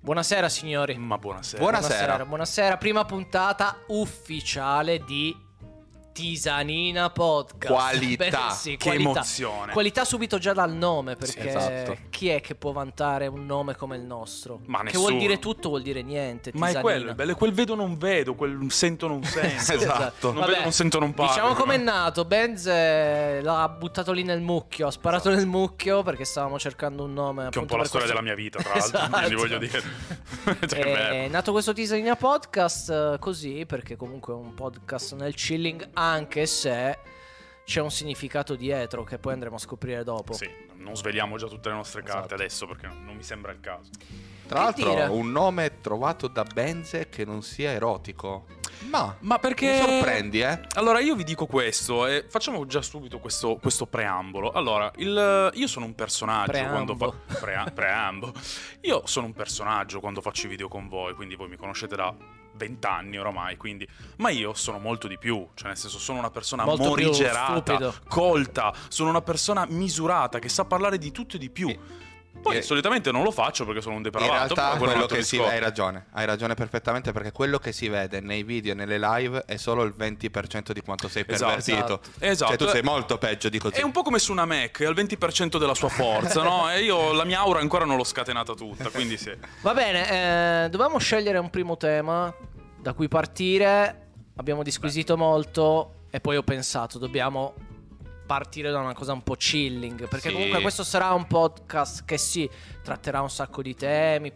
Buonasera signori. Ma buonasera. Buonasera, Buonasera. buonasera. Prima puntata ufficiale di Tisanina Podcast. Qualità, Beh, sì, che che qualità. emozione. Qualità subito già dal nome, perché esatto. chi è che può vantare un nome come il nostro? Ma che vuol nessuno. dire tutto, vuol dire niente. Ma è Tisanina. quello, il bello, è quel vedo non vedo, quel sento non sento. Esatto. Non vedo, non sento, non parlo. Diciamo com'è nato. Benz eh, l'ha buttato lì nel mucchio. Ha sparato nel mucchio perché stavamo cercando un nome. Esatto. Che è un appunto, po' la per questo- storia della mia vita, tra l'altro. Esatto. Quindi voglio dire. Cioè, Eh, beh, È nato questo Tisanina Podcast eh, così perché comunque è un podcast nel chilling anche se c'è un significato dietro che poi andremo a scoprire dopo. Sì, non sveliamo già tutte le nostre carte Esatto. adesso perché non mi sembra il caso. Tra Che l'altro, dire? un nome trovato da Benze che non sia erotico. Ma, Ma perché... mi sorprendi, eh? Allora, io vi dico questo, e facciamo già subito questo, questo preambolo. Allora, il- io sono un personaggio Preambo. quando fa... prea- preambo. Io sono un personaggio quando faccio i video con voi, quindi voi mi conoscete da vent'anni oramai, quindi... Ma io sono molto di più, cioè nel senso sono una persona Molto più morigerata, stupido. colta, sono una persona misurata che sa parlare di tutto e di più. Poi eh, solitamente non lo faccio perché sono un In depravato, realtà, però quello è un quello altro che si discorso. hai ragione, hai ragione perfettamente perché quello che si vede nei video e nelle live è solo il 20% di quanto sei Esatto. pervertito. Esatto. Esatto. Cioè, tu sei molto peggio di così. È un po' come su una Mac, è al 20% della sua forza, no? E io la mia aura ancora non l'ho scatenata tutta, quindi sì. Va bene, eh, dovevamo scegliere un primo tema da cui partire. Abbiamo disquisito molto e poi ho pensato, dobbiamo partire da una cosa un po' chilling, perché Sì. comunque questo sarà un podcast che sì, tratterà un sacco di temi,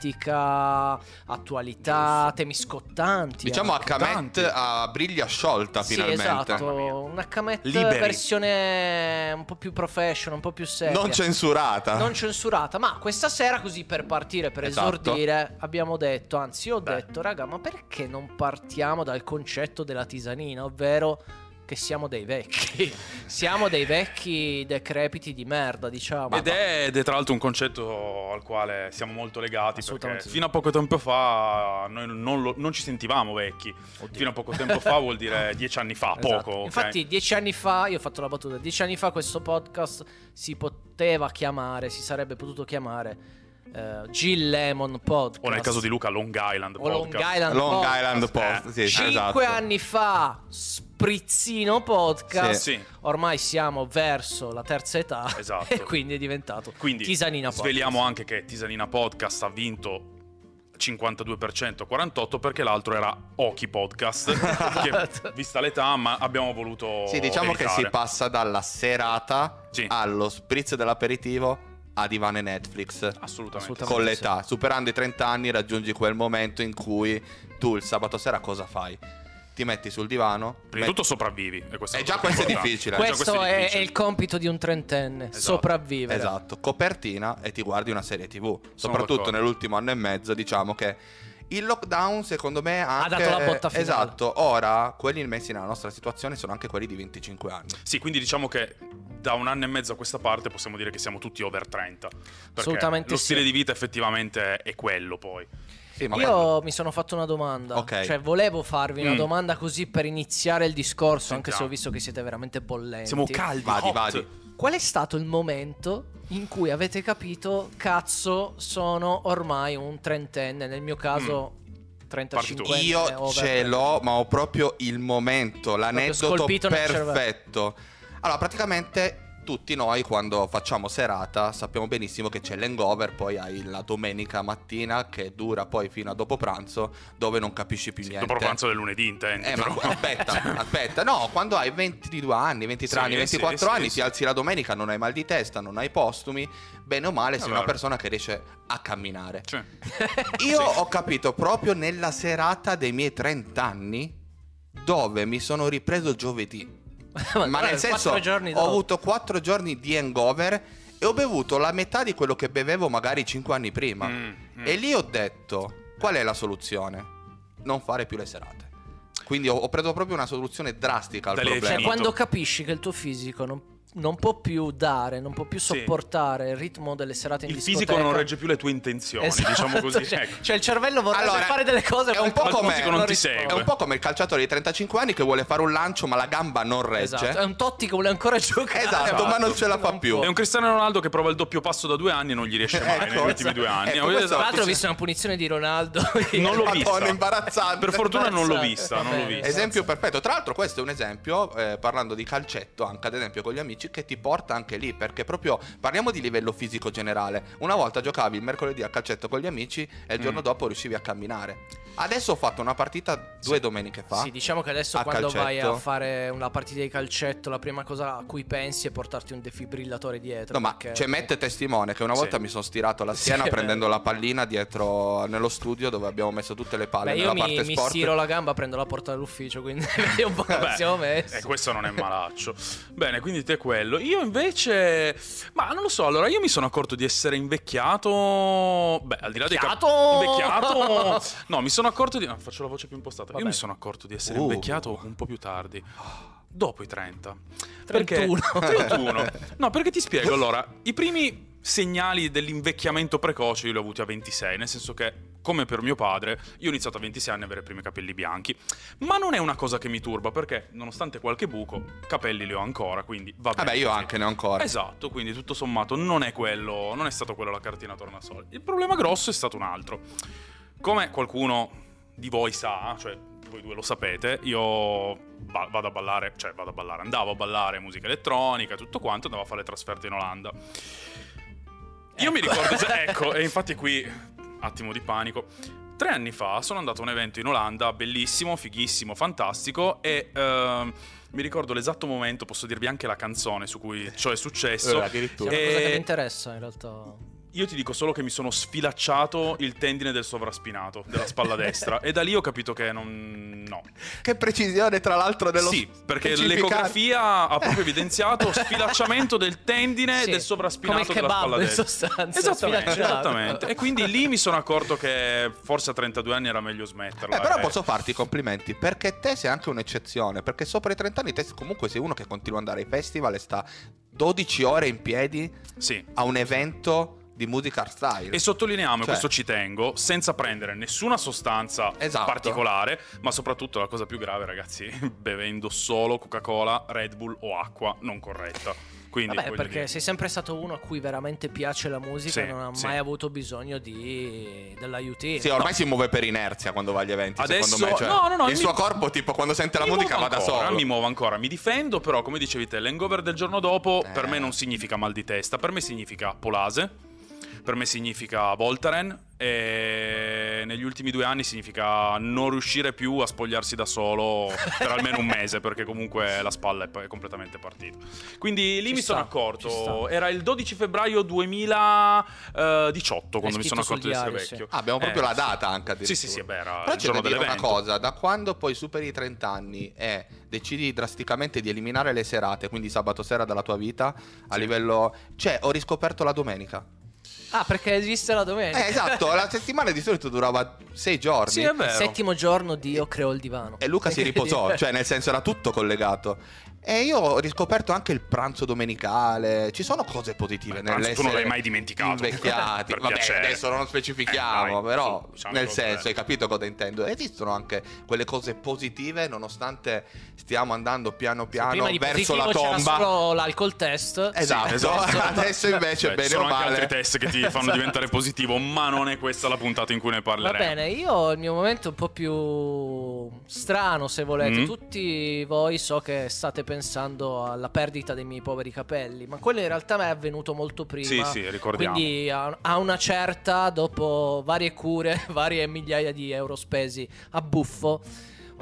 politica, attualità, temi scottanti. Diciamo anche. Hamet tanti. a briglia sciolta Sì, finalmente. esatto, una cametta Liberi. versione un po' più professional, un po' più seria. Non Ah. censurata. Non censurata, ma questa sera così per partire, per Esatto. esordire, abbiamo detto, anzi io ho Beh. detto, raga, ma perché non partiamo dal concetto della tisanina, ovvero che siamo dei vecchi, siamo dei vecchi decrepiti di merda, diciamo. Ed è, ed è tra l'altro un concetto al quale siamo molto legati perché Assolutamente sì. fino a poco tempo fa noi non, lo- non ci sentivamo vecchi. Oddio. Fino a poco tempo fa vuol dire dieci anni fa, Esatto. poco. ok? Infatti, dieci anni fa, io ho fatto la battuta, dieci anni fa questo podcast si poteva chiamare, si sarebbe potuto chiamare eh, G Lemon Podcast. o nel caso di Luca, Long Island. o Long podcast. Island Long Podcast. Island Post. Eh, sì, sì, Cinque esatto. anni fa, Sprizzino Podcast. Eh Sì, Ormai siamo verso la terza età Esatto. e quindi è diventato quindi Tisanina Podcast. sveliamo anche che Tisanina Podcast ha vinto 52%, 48% perché l'altro era Oki Podcast. che, Esatto. vista l'età, ma abbiamo voluto. Sì, diciamo che evitare. si passa dalla serata Oh, Sì. allo spritz dell'aperitivo a divane Netflix. Assolutamente. Assolutamente. Con sì. l'età, superando i 30 anni, raggiungi quel momento in cui tu il sabato sera cosa fai? Ti metti sul divano. Prima di metti- tutto sopravvivi. E questa e è già la cosa questo è importante. difficile. Già Questo cioè, questo è è, è difficile. il compito di un trentenne, Esatto. sopravvivere. Esatto, copertina e ti guardi una serie TV. Soprattutto d'accordo. nell'ultimo anno e mezzo, diciamo che il lockdown, secondo me, ha anche- dato la botta finale. Esatto, ora quelli messi nella nostra situazione sono anche quelli di 25 anni. Sì, quindi diciamo che da un anno e mezzo a questa parte possiamo dire che siamo tutti over 30. Perché Assolutamente Lo sì. stile di vita effettivamente è quello poi. Sì, ma Io mi sono fatto una domanda, Ok. cioè volevo farvi una Mm. domanda così per iniziare il discorso, anche se ho Sentiamo. visto che siete veramente bollenti. Siamo caldi, Vadi, hot. vadi. Qual è stato il momento in cui avete capito, cazzo, sono ormai un trentenne, nel mio caso Mm. 35 Parti Io cioè, ce l'ho, ma ho proprio il momento, l'aneddoto scolpito nel perfetto. Allora, praticamente tutti noi quando facciamo serata sappiamo benissimo che c'è l'hangover, poi hai la domenica mattina che dura poi fino a dopo pranzo, dove non capisci più Sì, niente. dopo il pranzo del lunedì, intendi. Eh, ma però. aspetta, aspetta. No, quando hai 22 anni, 23 Sì, anni, sì, 24 sì, anni, sì. ti alzi la domenica, non hai mal di testa, non hai postumi. Bene o male, sei Allora. una persona che riesce a camminare. Cioè, Io ho capito proprio nella serata dei miei 30 anni dove mi sono ripreso giovedì. Ma nel senso giorni ho dopo. Cioè, avuto 4 giorni di hangover e ho bevuto la metà di quello che bevevo magari 5 anni prima. mm, mm. E lì ho detto qual è la soluzione? Non fare più le serate. Quindi ho, ho preso proprio una soluzione drastica al Dalle problema. Cioè, finito. quando capisci che il tuo fisico non non può più dare, non può più Sì. sopportare il ritmo delle serate in Il discoteca. fisico non regge più le tue intenzioni, Esatto, diciamo così. Cioè, ecco. cioè il cervello vorrebbe Allora, fare delle cose è un ma po' il come- fisico non non ti risponde. segue. È un po' come il calciatore di 35 anni che vuole fare un lancio ma la gamba non regge. Esatto, è un Totti che vuole ancora giocare. eh. Esatto, Esatto. ma non ce la fa Non più. può. È un Cristiano Ronaldo che prova il doppio passo da due anni e non gli riesce Eh, mai Ecco, negli ultimi due anni. ecco, questo- Tra l'altro ho sì. visto una punizione di Ronaldo. Non l'ho Madonna, vista. imbarazzante. Per fortuna non l'ho vista, Imbarazzante. non l'ho Vabbè, vista. Esempio perfetto, tra l'altro questo è un esempio, eh, parlando di calcetto anche ad esempio con gli amici, che ti porta anche lì, perché proprio parliamo di livello fisico generale, una volta giocavi il mercoledì a calcetto con gli amici e il giorno Mm. dopo riuscivi a camminare. Adesso ho fatto una partita due domeniche fa. Sì, diciamo che adesso a quando vai a calcetto. fare una partita di calcetto, la prima cosa a cui pensi è portarti un defibrillatore dietro. No, ma cioè, perché- c'è Matt testimone che una volta Sì. mi sono stirato la Sì, schiena è vero. prendendo la pallina dietro nello studio dove abbiamo messo tutte le palle Beh, nella io mi, parte mi sport. stiro la gamba, prendo la porta dell'ufficio, quindi vedi un po' come Vabbè, siamo messi. eh, questo non è malaccio. Bene, quindi te quello. Io invece... Ma non lo so, allora io mi sono accorto di essere invecchiato... Beh, al di là dei... cap- Invecchiato! Invecchiato! No, mi sono accorto di... no, faccio la voce più impostata. Vabbè. Io mi sono accorto di essere Uh. invecchiato un po' più tardi. Dopo i 30. 31. Perché... 31. No, perché ti spiego, allora, i primi segnali dell'invecchiamento precoce io li ho avuti a 26, nel senso che... Come per mio padre, io ho iniziato a 26 anni a avere i primi capelli bianchi. Ma non è una cosa che mi turba perché, nonostante qualche buco, capelli li ho ancora, quindi va bene. Vabbè, Eh io così. anche ne ho Eh, ancora. Esatto, quindi tutto sommato non è quello, non è stato quello la cartina tornasole. Il problema grosso è stato un altro. Come qualcuno di voi sa, cioè voi due lo sapete, io ba- vado a ballare, cioè vado a ballare, andavo a ballare musica elettronica, tutto quanto, andavo a fare trasferte in Olanda. Io mi Ecco. ricordo, ecco, e infatti qui, attimo di panico. Tre anni fa sono andato a un evento in Olanda, bellissimo, fighissimo, fantastico, e ehm, mi ricordo l'esatto momento, posso dirvi anche la canzone su cui ciò è successo. Eh, Sì, è addirittura. una cosa che Eh, mi interessa in realtà. Io ti dico solo che mi sono sfilacciato il tendine del sovraspinato, della spalla destra, e da lì ho capito che non... no. Che precisione, tra l'altro, dello sì, perché specificare. l'ecografia ha proprio evidenziato sfilacciamento del tendine Sì, del sovraspinato come il della kebab, spalla in destra. sostanza, Esattamente, sfilacciato. esattamente. E quindi lì mi sono accorto che forse a 32 anni era meglio smetterla. Beh, però eh. posso farti i complimenti perché te sei anche un'eccezione. Perché sopra i 30 anni te comunque sei uno che continua ad andare ai festival e sta 12 ore in piedi Sì. a un evento di musica style. E sottolineiamo, e Cioè- questo ci tengo, senza prendere nessuna sostanza Esatto. particolare, ma soprattutto la cosa più grave, ragazzi, bevendo solo Coca-Cola, Red Bull o acqua non corretta. Quindi, Vabbè, voglio perché dire- sei sempre stato uno a cui veramente piace la musica Sì, e non ha sì. mai avuto bisogno di... dell'aiutino. Sì, ormai si muove per inerzia quando va agli eventi, Adesso- secondo me. Cioè, no, no, no, il mi- suo corpo, tipo, quando sente la Mi musica va muovo da ancora, solo. Mi muovo ancora, mi difendo, però come dicevi te, l'hangover del giorno dopo Eh. per me non significa mal di testa, per me significa polase, per me significa Voltaren e negli ultimi due anni significa non riuscire più a spogliarsi da solo per almeno un mese perché comunque la spalla è p- è completamente partita. Quindi lì Ci mi sono sta, ci accorto, sta. era il 12 febbraio 2018 quando mi sono scritto sul accorto di essere diario, sì. vecchio. Ah, abbiamo proprio Eh, la data anche Sì, addirittura. sì, sì, beh, era Però il c'è giorno da dire una dell'evento. cosa, da quando poi superi i 30 anni e decidi drasticamente di eliminare le serate, quindi sabato sera dalla tua vita, a livello... Cioè, ho riscoperto la domenica. Ah, perché esiste la domenica. Eh, esatto, la settimana di solito durava sei giorni. Sì, è vero. Il settimo giorno di Io creo il divano. E Luca si riposò, cioè nel senso era tutto collegato. E io ho riscoperto anche il pranzo domenicale. Ci sono cose positive Beh, pranzo nell'essere tu non l'hai mai dimenticato. Invecchiati. Per Vabbè, piacere. adesso non specifichiamo, Eh, dai, però su, diciamo nel che- senso, hai capito cosa intendo. Esistono anche quelle cose positive nonostante stiamo andando piano piano Prima di verso la positivo tomba. c'era solo l'alcool test. Esatto, Sì, adesso- adesso invece Beh, bene sono o anche male. altri test che ti fanno Esatto. diventare positivo, ma non è questa la puntata in cui ne Va parleremo. bene, io ho il mio momento un po' più strano, se volete. Mm. Tutti voi so che state pensando alla perdita dei miei poveri capelli, ma quello in realtà è avvenuto molto prima. Sì, sì, ricordiamo. Quindi a, a una certa, dopo varie cure, varie migliaia di euro spesi a buffo,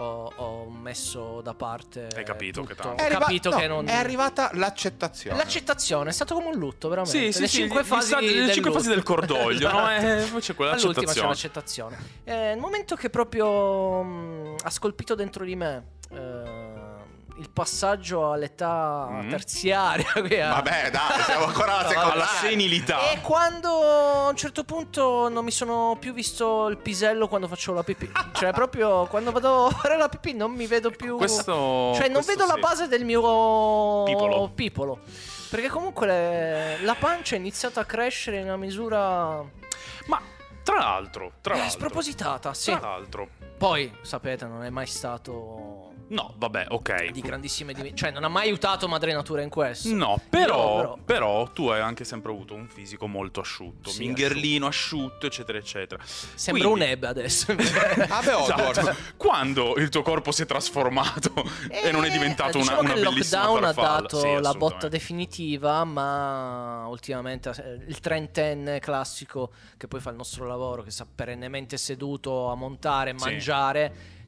ho, ho messo da parte. Hai capito che tutto. tanto. Ho arriva- capito no, che non. è arrivata l'accettazione. L'accettazione è stato come un lutto, veramente. Sì, sì, le sì, cinque gli fasi, stati- le del cinque fasi lutto. Esatto. del cordoglio, no? Eh, poi c'è quella All'ultima c'è accettazione. l'accettazione. mm, Eh, il momento che proprio mh, ha scolpito dentro di me eh, il passaggio all'età Mm. terziaria. qui a- Vabbè, dai, siamo ancora eh, alla seconda. alla senilità. E quando a un certo punto non mi sono più visto il pisello quando faccio la pipì. cioè, proprio quando vado a fare la pipì non mi vedo più. Questo. Cioè, non questo vedo la sì. base del mio Pipolo. pipolo. Perché comunque le- la pancia è iniziata a crescere in una misura Ma tra l'altro, tra eh, l'altro. spropositata, sì. Tra l'altro. Poi, sapete, non è mai stato No, vabbè, ok. di grandissime dimensioni. Cioè, non ha mai aiutato Madre Natura in questo. No, però, Però, però. però. tu hai anche sempre avuto un fisico molto asciutto, Sì, mingherlino, asciutto, eccetera, eccetera. Sembra Quindi- un ebbe adesso. Vabbè, Ah, Hogwarts. Esatto. Quando il tuo corpo si è trasformato e non è diventato Eh, diciamo una, che una il bellissima lockdown ha farfalla. dato Sì, la assolutamente. botta definitiva, ma ultimamente eh, il trentenne classico che poi fa il nostro lavoro, che sta perennemente seduto a montare, Sì. mangiare.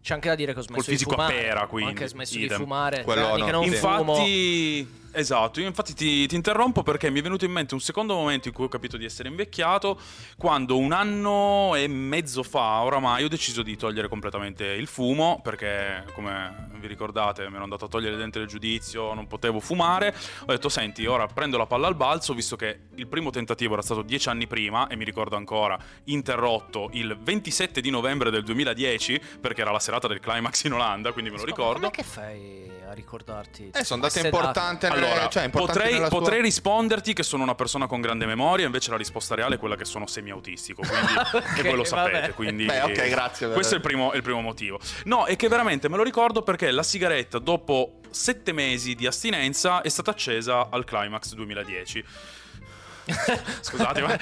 C'è anche da dire che ho smesso di fisico a fumare. pera, Ho quindi, anche smesso idem. di fumare. Quello tre anni no, che non sì. fumo. Infatti, esatto, io infatti ti, ti interrompo perché mi è venuto in mente un secondo momento in cui ho capito di essere invecchiato, quando un anno e mezzo fa oramai ho deciso di togliere completamente il fumo, perché come vi ricordate mi ero andato a togliere il dente del giudizio, non potevo fumare, ho detto senti, ora prendo la palla al balzo, visto che il primo tentativo era stato dieci anni prima e mi ricordo ancora, interrotto il 27 di novembre del 2010, perché era la serata del climax in Olanda, quindi me lo Insomma, ricordo. Com'è che fai a ricordarti? Eh, sono date queste date? importanti nelle- Allora, cioè, importanti potrei, nella sua- potrei risponderti che sono una persona con grande memoria, invece la risposta reale è quella che sono semi-autistico, quindi Ok, e voi lo vabbè. sapete. Quindi, Beh, ok, grazie per- Questo è il, primo, è il primo motivo. No, è che veramente me lo ricordo perché la sigaretta dopo sette mesi di astinenza è stata accesa al Climax 2010. Scusate, ma...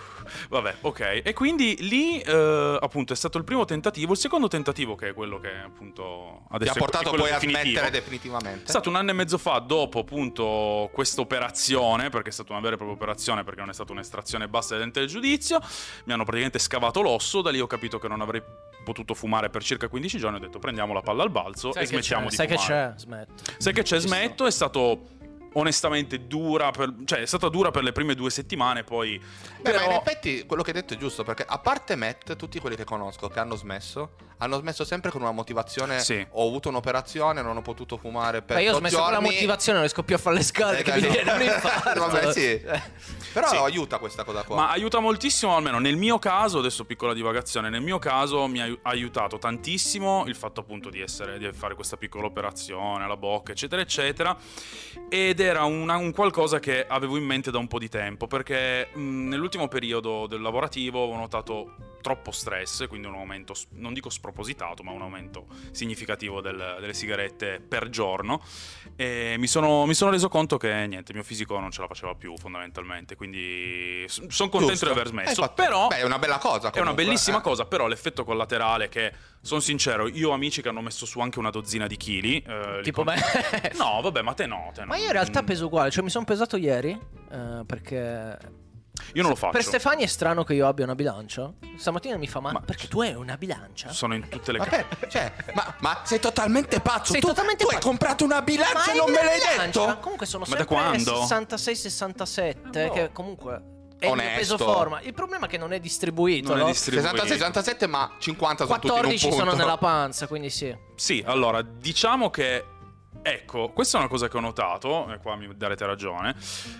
Vabbè, ok. E quindi lì, eh, appunto, è stato il primo tentativo. Il secondo tentativo, che è quello che, appunto, Ti adesso ha è- è portato quello poi a definitivo. smettere È definitivamente. stato un anno e mezzo fa, dopo appunto questa operazione, perché è stata una vera e propria operazione, perché non è stata un'estrazione bassa del dente del giudizio, mi hanno praticamente scavato l'osso, da lì ho capito che non avrei potuto fumare per circa 15 giorni, ho detto prendiamo la palla al balzo Sai e che smettiamo c'è, di Sai che fumare. c'è? Smetto. Sai che Ci c'è, sto. smetto, è stato onestamente dura, per- cioè è stata dura per le prime due settimane, poi... Beh, ma in però- effetti quello che hai detto è giusto, perché a parte Matt, tutti quelli che conosco che hanno smesso, hanno smesso sempre con una motivazione. Sì. Ho avuto un'operazione, non ho potuto fumare per Ma io ho otto smesso con la giorni". motivazione, non riesco più a fare le scale Eh, che mi capito. viene Eh. un infarto. Vabbè, sì. Però Sì. aiuta questa cosa qua. Ma aiuta moltissimo, almeno nel mio caso, adesso piccola divagazione, nel mio caso mi ha ai- aiutato tantissimo il fatto appunto di essere, di fare questa piccola operazione alla bocca, eccetera, eccetera. Ed era una- un qualcosa che avevo in mente da un po' di tempo, perché mh, nell'ultimo periodo del lavorativo ho notato troppo stress, quindi un aumento, s- non dico spropositato, ma un aumento significativo del- delle sigarette per giorno. E mi sono, mi sono reso conto che niente, il mio fisico non ce la faceva più fondamentalmente, quindi sono contento Giusto. di aver Eh, smesso. infatti- però Beh, è una bella cosa. è una comunque, bellissima eh. cosa, però l'effetto collaterale che, sono sincero, io ho amici che hanno messo su anche una dozzina di chili. eh, li Tipo me. con- No, vabbè, ma te no, te no. Ma io in realtà Mm, peso uguale, cioè mi sono pesato ieri eh, perché... Io non lo faccio. Per Stefani è strano che io abbia una bilancia. Stamattina mi fa, ma, Ma- perché tu hai una bilancia? Sono in tutte le case. Vabbè, cioè, ma, ma sei totalmente pazzo. Sei tu, totalmente tu pazzo. hai comprato una Ma bilancia e hai non una me l'hai bilancia? detto? Comunque sono Ma da sempre quando? 66-67, Ah, boh. che comunque è il mio Onesto. peso forma. Il problema è che non è distribuito, Non è no? distribuito. 66-67, ma 50 sono tutti in un 14 sono punto. nella panza, quindi sì. Sì, allora, diciamo che. Ecco, questa è una cosa che ho notato, e qua mi darete ragione.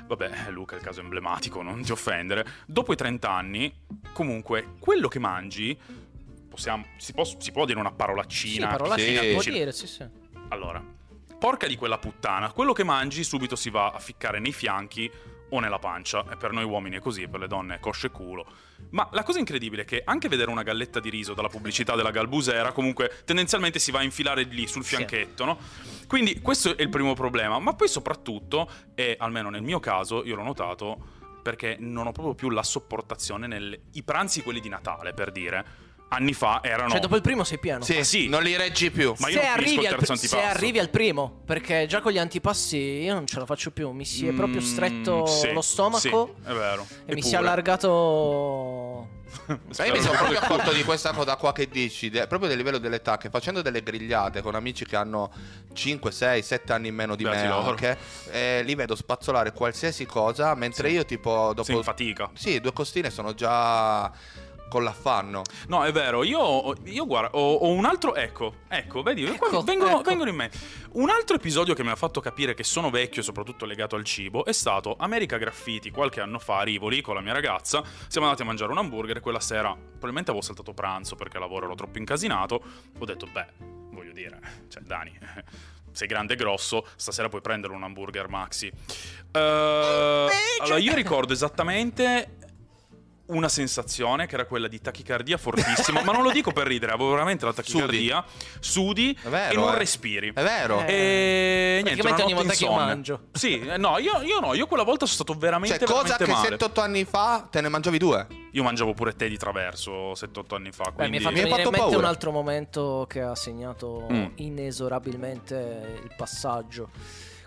Vabbè, Luca è il caso emblematico, non ti offendere. Dopo i 30 anni, comunque, quello che mangi. possiamo- si, può, si può dire una Sì, parolaccina? parola sì. fine, può Sì. dire, sì, sì. Allora, porca di quella puttana, quello che mangi subito si va a ficcare nei fianchi o nella pancia, e per noi uomini è così, per le donne è cosce e culo. Ma la cosa incredibile è che anche vedere una galletta di riso dalla pubblicità della Galbusera, comunque tendenzialmente si va a infilare lì sul Sì. fianchetto, no? Quindi questo è il primo problema, ma poi soprattutto, e almeno nel mio caso, io l'ho notato, perché non ho proprio più la sopportazione nel... I pranzi quelli di Natale, per dire, anni fa erano... Cioè dopo il primo sei pieno. Sì, Ah, sì. non li reggi più. Ma io se, non finisco arrivi il al, terzo se antipasto. arrivi al primo, perché già con gli antipassi io non ce la faccio più, mi si è proprio Mm, stretto sì, lo stomaco sì, è vero. e mi E si è pure. allargato... Ma io Spero mi sono che- proprio accorto di questa cosa qua che dici, de- proprio del livello dell'età, che facendo delle grigliate con amici che hanno 5, 6, 7 anni in meno di Beati me loro. anche, eh, li vedo spazzolare qualsiasi cosa, mentre io tipo dopo... Sei in fatica. Sì, due costine sono già con l'affanno. No, è vero, io, io guarda, ho, ho un altro. Ecco, ecco, vedi, qua Ecco, vengono, ecco. vengono in me. Un altro episodio che mi ha fatto capire che sono vecchio, soprattutto legato al cibo, è stato America Graffiti qualche anno fa a Rivoli con la mia ragazza. Siamo andati a mangiare un hamburger e quella sera, probabilmente avevo saltato pranzo perché al lavoro ero troppo incasinato. Ho detto, beh, voglio dire, cioè, Dani, sei grande e grosso, stasera puoi prendere un hamburger maxi. Eh, allora, io ricordo esattamente una sensazione che era quella di tachicardia fortissima, ma non lo dico per ridere, avevo veramente la tachicardia, sudi, È vero, e non eh. respiri. È vero. Eh, E niente, Praticamente una ogni notte volta che io insonne. mangio. Sì, eh, no, io, io no, io quella volta sono stato cioè, veramente, cosa veramente che male. 7-8 anni fa te ne mangiavi due. Io mangiavo pure te di traverso 7-8 anni fa, Beh, mi ha fatto venire quindi... Mi hai in fatto mente un paura. altro momento che ha segnato Mm. inesorabilmente il passaggio.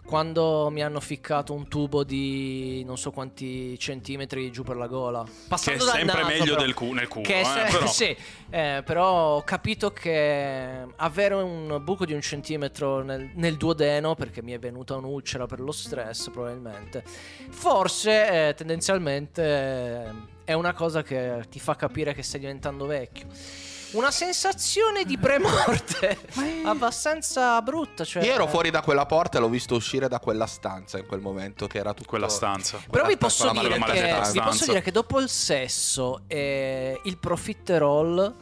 Quando mi hanno ficcato un tubo di non so quanti centimetri giù per la gola. che è Passando dal sempre naso, meglio però. del cu- nel culo, Che eh, è se- però. sì, eh, però ho capito che eh, avere un buco di un centimetro nel, nel duodeno, perché mi è venuta un'ulcera per lo stress probabilmente, forse eh, tendenzialmente eh, è una cosa che ti fa capire che stai diventando vecchio. Una sensazione di premorte abbastanza brutta. Cioè, Io ero fuori da quella porta e l'ho visto uscire da quella stanza in quel momento che era tutto... Quella stanza. Però vi Guarda, posso, quella dire maledetta che, vi stanza. posso dire che dopo il sesso e il profiterol,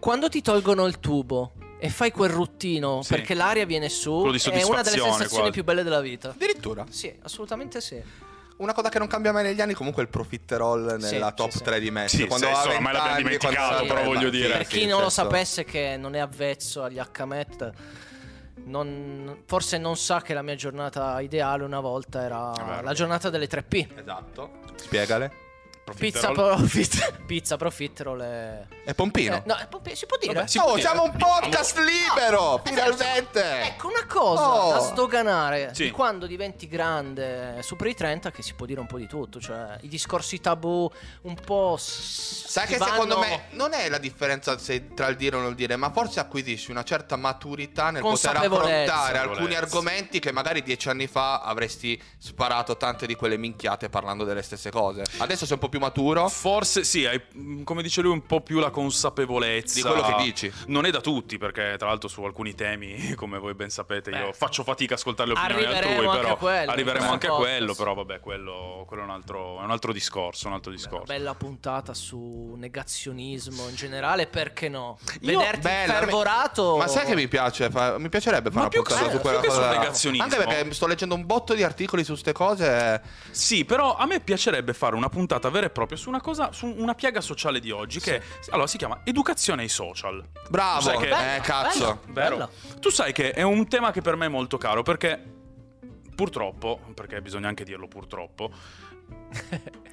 quando ti tolgono il tubo e fai quel ruttino Sì. perché l'aria viene su, Quello di è una delle soddisfazione sensazioni quasi. più belle della vita. Addirittura. Sì, assolutamente sì. Una cosa che non cambia mai negli anni comunque è il profiterol Sì, nella sì, top sì. 3 di Messi. Sì, quando sì, aveva insomma, me l'abbiamo 20 anni, quando dimenticato, aveva però 30, voglio dire. per sì, chi sì, non lo certo. sapesse che non è avvezzo agli HMET, non- forse non sa che la mia giornata ideale una volta È era vero. la giornata delle 3P. Esatto. Spiegale. Pizza, Profiterol. profit, pizza, profiterol e... E Pompino. Eh, no, eh, Pompe- si può dire? Vabbè, si Oh, può dire. siamo un podcast libero! Ah, finalmente! Ecco una cosa Oh. da sdoganare Sì. di quando diventi grande, eh, superi i 30, che si può dire un po' di tutto, cioè i discorsi tabù un po'. Sai Sai che secondo me non è la differenza se- tra il dire o non dire, ma forse acquisisci una certa maturità nel poter Consapevolezza. affrontare alcuni Consapevolezza. argomenti che magari dieci anni fa avresti sparato tante di quelle minchiate parlando delle stesse cose. Adesso sei un po' più maturo Forse sì, hai, mh, come dice lui, un po' più la consapevolezza di quello che dici. Non è da tutti, perché tra l'altro su alcuni temi, come voi ben sapete, io Beh. faccio fatica a ascoltare le opinioni Arriveremo altrui, anche però a quello, arriveremo in anche a questo quello, podcast. però vabbè, quello, quello è, un altro, è un altro discorso, un altro Una discorso. bella puntata su negazionismo in generale, perché no? Io- Vederti Bella, fervorato. Ma sai che mi piace? Fa- mi piacerebbe Ma fare più una che puntata su- su quella più che sul cosa. negazionismo. Anche perché sto leggendo un botto di articoli su ste cose. Sì, però a me piacerebbe fare una puntata vera e propria su una cosa, su una piaga sociale di oggi che allora si chiama educazione ai social. Bravo! Sai che- Bella, eh, cazzo. bella, Vero. bella. Tu sai che è un tema che per me è molto caro perché purtroppo, perché bisogna anche dirlo purtroppo,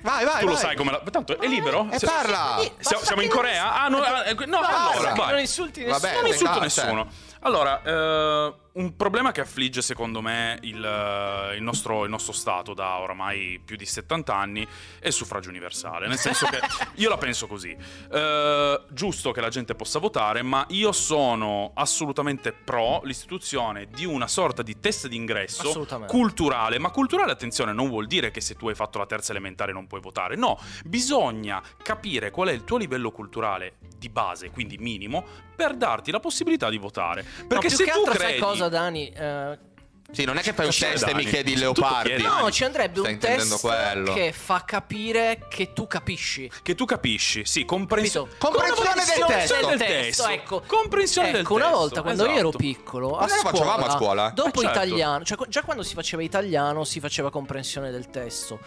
Vai, vai. tu lo vai. sai come la... Tanto Eh, è libero? E Se- parla! Ah, Sì, Siamo, basta siamo in che non- Corea? Ah, no, ah, eh, no Basta, allora, che vai. non insulti Va nessuno. bene, non insulto Esatto. nessuno. Allora, eh, un problema che affligge secondo me il, eh, il nostro, il nostro Stato da oramai più di 70 anni è il suffragio universale. Nel senso che io la penso così. Eh, giusto che la gente possa votare, ma io sono assolutamente pro l'istituzione di una sorta di test d'ingresso Assolutamente. culturale. Ma culturale, attenzione, non vuol dire che se tu hai fatto la terza elementare non puoi votare. No, bisogna capire qual è il tuo livello culturale di base, quindi minimo, per darti la possibilità di votare. Perché no, più se che tu altro credi sai cosa, Dani? Eh, Sì, non è che fai un Cioè, test e Dani, mi chiedi tu leopardi. chiedi- no, Dani, ci andrebbe Eh, stai un intendendo test quello. che fa capire che tu capisci. che tu capisci, sì, comprens- Capito? Comprensione del testo. del testo. Ecco, Comprensione del Ecco, una testo, volta quando io ero esatto. piccolo, Ma a noi lo scuola, facevamo a scuola, eh. dopo Eh, certo. italiano, cioè già quando si faceva italiano si faceva comprensione del testo.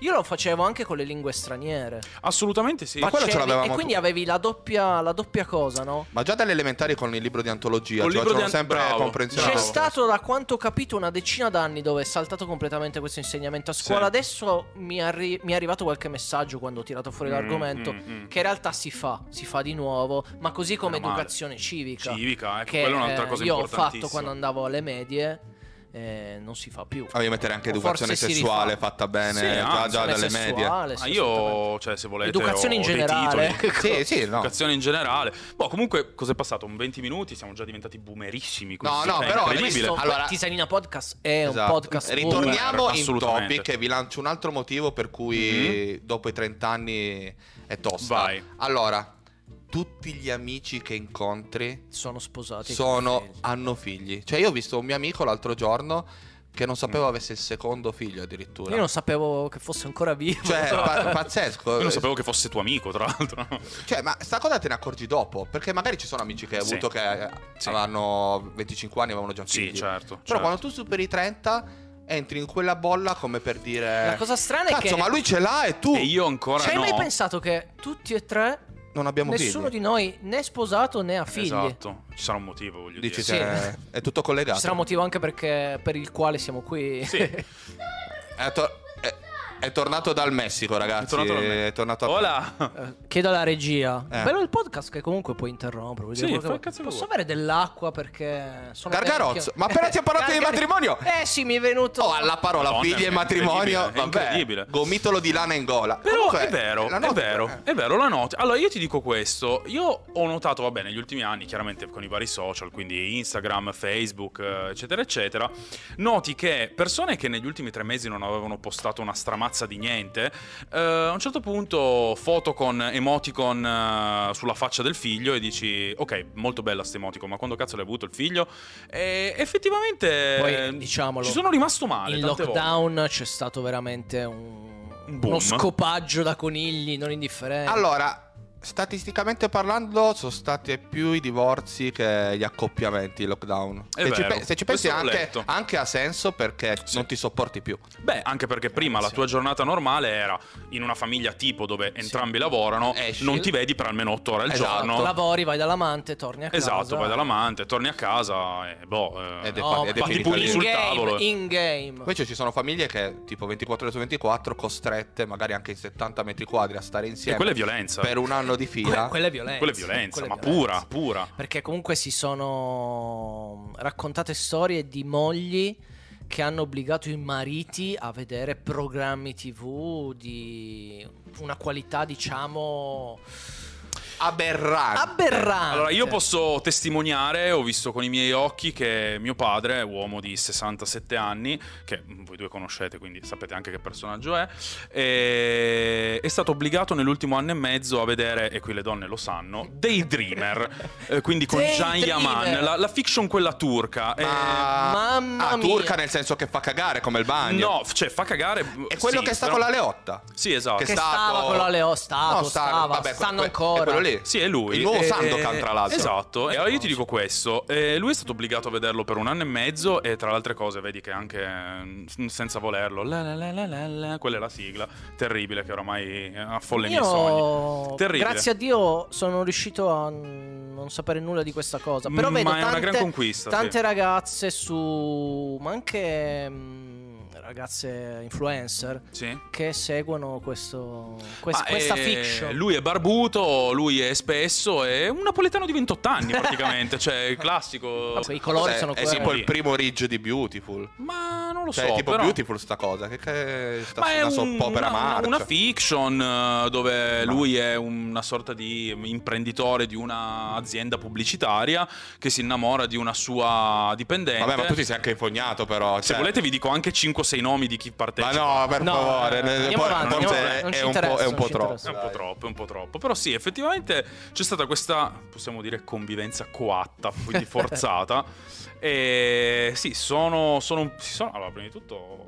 Io lo facevo anche con le lingue straniere. Assolutamente sì. Ma- quello ce Facevi- l'avevamo E quindi tu- avevi la doppia, la doppia cosa, no? Ma già dalle elementari con il libro di antologia, Col cioè, libro di facevano an- sempre bravo. comprensione. C'è Bravo. stato, da quanto ho capito, una decina d'anni dove è saltato completamente questo insegnamento a scuola. Sì. Adesso mi, arri- mi è arrivato qualche messaggio quando ho tirato fuori Mm, l'argomento. mm, mm. Che in realtà si fa, si fa di nuovo, ma così come Meno male. educazione civica. civica, ecco, che quella è un'altra cosa eh, io ho importantissima. fatto quando andavo alle medie. eh, non si fa più. Ah, Voglio mettere anche O educazione forse si sessuale rifà. fatta bene Sì, già, anzi, già Educazione dalle medie. sessuale, Ma sì, assolutamente. io, cioè, se volete, Educazione ho in dei generale. titoli. Sì, sì, no. Educazione in generale. Boh, comunque, cos'è passato? Un 20 minuti, siamo già diventati boomerissimi. quindi, no, cioè, è però incredibile. adesso- Allora, Allora- Tisanina Podcast è Esatto. un podcast Ritorniamo in eh, assolutamente. Mm-hmm. topic e vi lancio un altro motivo per cui dopo i 30 anni è tosta. Vai. Allora, tutti gli amici che incontri boomer. sono sposati. con sono, figli. hanno figli. Cioè, io ho visto un mio amico l'altro giorno che non sapevo avesse il secondo figlio addirittura. Io non sapevo che fosse ancora vivo. Cioè, pa- pazzesco. Io non sapevo che fosse tuo amico, tra l'altro. Cioè, ma sta cosa te ne accorgi dopo? Perché magari ci sono amici che hai Sì. avuto che eh, Sì. avevano 25 anni e avevano già figli. sì, certo. Però certo. quando tu superi i 30 entri in quella bolla come per dire... La cosa strana Cazzo, è che. ma lui ce l'ha e tu E io ancora Ci hai no. mai pensato che tutti e tre, non abbiamo nessuno figli. di noi né è sposato né ha figli? Esatto. Ci sarà un motivo, voglio Dici, dire. cioè, è tutto collegato. Ci sarà un motivo anche perché, per il quale siamo qui. Sì. È, to- è- è tornato dal Messico, ragazzi. È tornato dal Messico. Oh, È tornato a- Hola. Eh, Chiedo alla regia. Eh. Bello il podcast che comunque puoi interrompere. vuol Sì, dire quello fai che cazzo che Posso vuoi. avere dell'acqua perché sono Gargarozzo, vecchio? ma appena ti ho parlato di Gargar- matrimonio- Eh sì, mi è venuto. Oh, alla parola Madonna, figli è e matrimonio. incredibile, è vabbè, incredibile. Gomitolo di lana in gola. Però Comunque, è vero, la è nota- vero, eh. è vero, la noti. Allora io ti dico questo, io ho notato, vabbè, negli ultimi anni, chiaramente con i vari social, quindi Instagram, Facebook, eh, eccetera, eccetera, noti che persone che negli ultimi tre mesi non avevano postato una stramazza di niente, eh, a un certo punto foto con emoticon eh, sulla faccia del figlio e dici, ok, molto bella sta emoticon, ma quando cazzo l'hai avuto il figlio? E effettivamente Poi, eh, diciamolo, ci sono rimasto male. In tante volte. lockdown c'è stato veramente un... Un boom. uno scopaggio da conigli non indifferente. Eh. Allora, statisticamente parlando, sono stati più i divorzi che gli accoppiamenti in lockdown. È se, ci vero, pe- se ci questo pensi l'ho anche, letto. anche ha senso perché Sì. non ti sopporti più. Beh, anche perché prima la Grazie. tua giornata normale era in una famiglia tipo dove entrambi lavorano, Esci. non ti vedi per almeno 8 ore al Esatto. giorno. Lavori, vai dall'amante, torni a casa. Esatto, vai dall'amante, torni a casa e boh. eh, Ed è- No, Ed ma- fatti i in pugni sul game, tavolo. In game. Invece ci sono famiglie che tipo 24 ore su 24 costrette, magari anche in 70 metri quadri a stare E insieme quella è violenza. per un anno di fila. Que- quella è violenza. Quella è violenza, quella è ma violenza. pura, pura. Perché comunque si sono raccontate storie di mogli che hanno obbligato i mariti a vedere programmi tv di una qualità, diciamo, aberrante. aberrante. Ah, Allora, io posso testimoniare, ho visto con i miei occhi che mio padre, uomo di 67 anni, che voi due conoscete, quindi sapete anche che personaggio è, eh, è stato obbligato nell'ultimo anno e mezzo a vedere, e qui le donne lo sanno, Daydreamer, eh, quindi con Gian Daydreamer. Yaman, la, la fiction quella turca. eh, Ma... Mamma ah, mia. turca nel senso che fa cagare come il bagno. No, f- cioè fa cagare. È quello sì, che sta però- con la Leotta. Sì, esatto. Che che stato- stava con la Leo, stava, No, sta- stava, vabbè, stanno que- ancora. È quello lì. Sì, è lui. Il nuovo Eh, Sandokan, tra l'altro. Esatto. E allora io ti No, dico questo: eh, lui è stato obbligato a vederlo per un anno e mezzo, e tra le altre cose, vedi che anche eh, senza volerlo, la la la la la la, quella è la sigla terribile che oramai affolla i miei sogni. Io, Terribile. grazie a Dio, sono riuscito a n- non sapere nulla di questa cosa. Però Mm, vedo Ma è una tante, gran conquista. sì. tante ragazze su. ma anche mm, ragazze influencer Sì. che seguono questo, quest- Ma, questa eh, fiction. Lui è barbuto, lui è spesso, è un napoletano di 28 anni praticamente, cioè il classico. Vabbè, I colori Cos'è? sono Cioè, È quelli. tipo il primo ridge di Beautiful. Ma non lo Cioè, so. tipo però... Beautiful sta cosa. Che, che sta Ma è una un- soppopera una, marcia. una fiction eh, dove Ma- lui è una sorta di imprenditore di un'azienda pubblicitaria che si innamora di una sua dipendente. Vabbè, ma tu ti sei anche infognato, però. cioè- Se cioè. volete vi dico anche 5-6 nomi di chi Ma partecipa. no, per No, favore. no, no, ne- andiamo poi- avanti, forse andiamo avanti, non è, ci un po', è un interessa, non po' ci troppo. È un po' dai. troppo, è un po' troppo. Però sì, effettivamente c'è stata questa, possiamo dire, convivenza coatta, quindi forzata. e sì, sono, sono, si sono- Allora, prima di tutto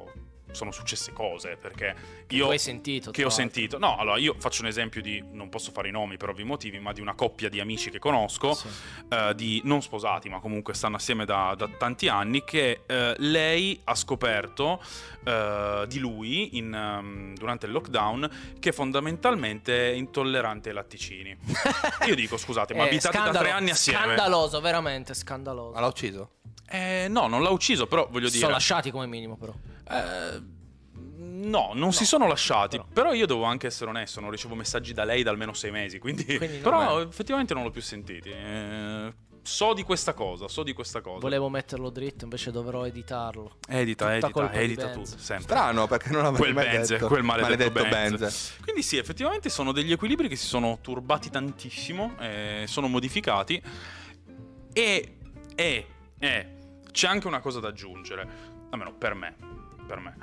sono successe cose, perché io... Tu hai sentito. Che ho tra l'altro. sentito. No, allora io faccio un esempio di. Non posso fare i nomi per ovvi motivi, ma di una coppia di amici che conosco, Sì. eh, di non sposati, ma comunque stanno assieme da, da tanti anni. Che eh, lei ha scoperto eh, di lui in, ehm, durante il lockdown che fondamentalmente è intollerante ai latticini. io dico, scusate, ma Eh, abitate da scandalo- tre anni assieme. Scandaloso, veramente scandaloso. Ma l'ha ucciso? Eh, no, non l'ha ucciso, però voglio sono dire. lasciati come minimo, però. Eh, No, non si sono lasciati. Però. Però. io devo anche essere onesto, non ricevo messaggi da lei da almeno sei mesi. Quindi, Quindi no, però effettivamente non l'ho più sentiti. eh, so di questa cosa, so di questa cosa. Volevo metterlo dritto, invece dovrò editarlo. Edita, Tutta edita, colpa di edita Benz. tutto, sempre. Strano perché non l'avrei Quel mai Benz, detto. quel maledetto, maledetto Benz. Benz. Quindi sì, effettivamente sono degli equilibri che si sono turbati tantissimo, eh, sono modificati e, e, e c'è anche una cosa da aggiungere, almeno per me, per me.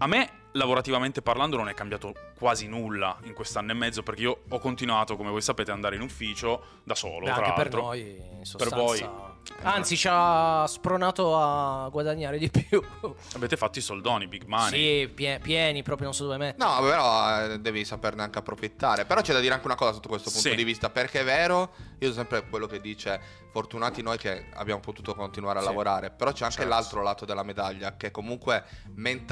A me lavorativamente parlando non è cambiato quasi nulla in quest'anno e mezzo perché io ho continuato, come voi sapete, ad andare in ufficio da solo, Beh, tra anche per l'altro. noi, in sostanza. voi. Anzi, ci ha spronato a guadagnare di più. Avete fatto i soldoni, big money. Sì, pie- pieni, proprio non so dove mettere. No, però eh, devi saperne anche approfittare. Però c'è da dire anche una cosa sotto questo punto Sì. di vista, perché è vero, io sono sempre quello che dice, fortunati noi che abbiamo potuto continuare a Sì. lavorare, però c'è anche Certo. l'altro lato della medaglia, che comunque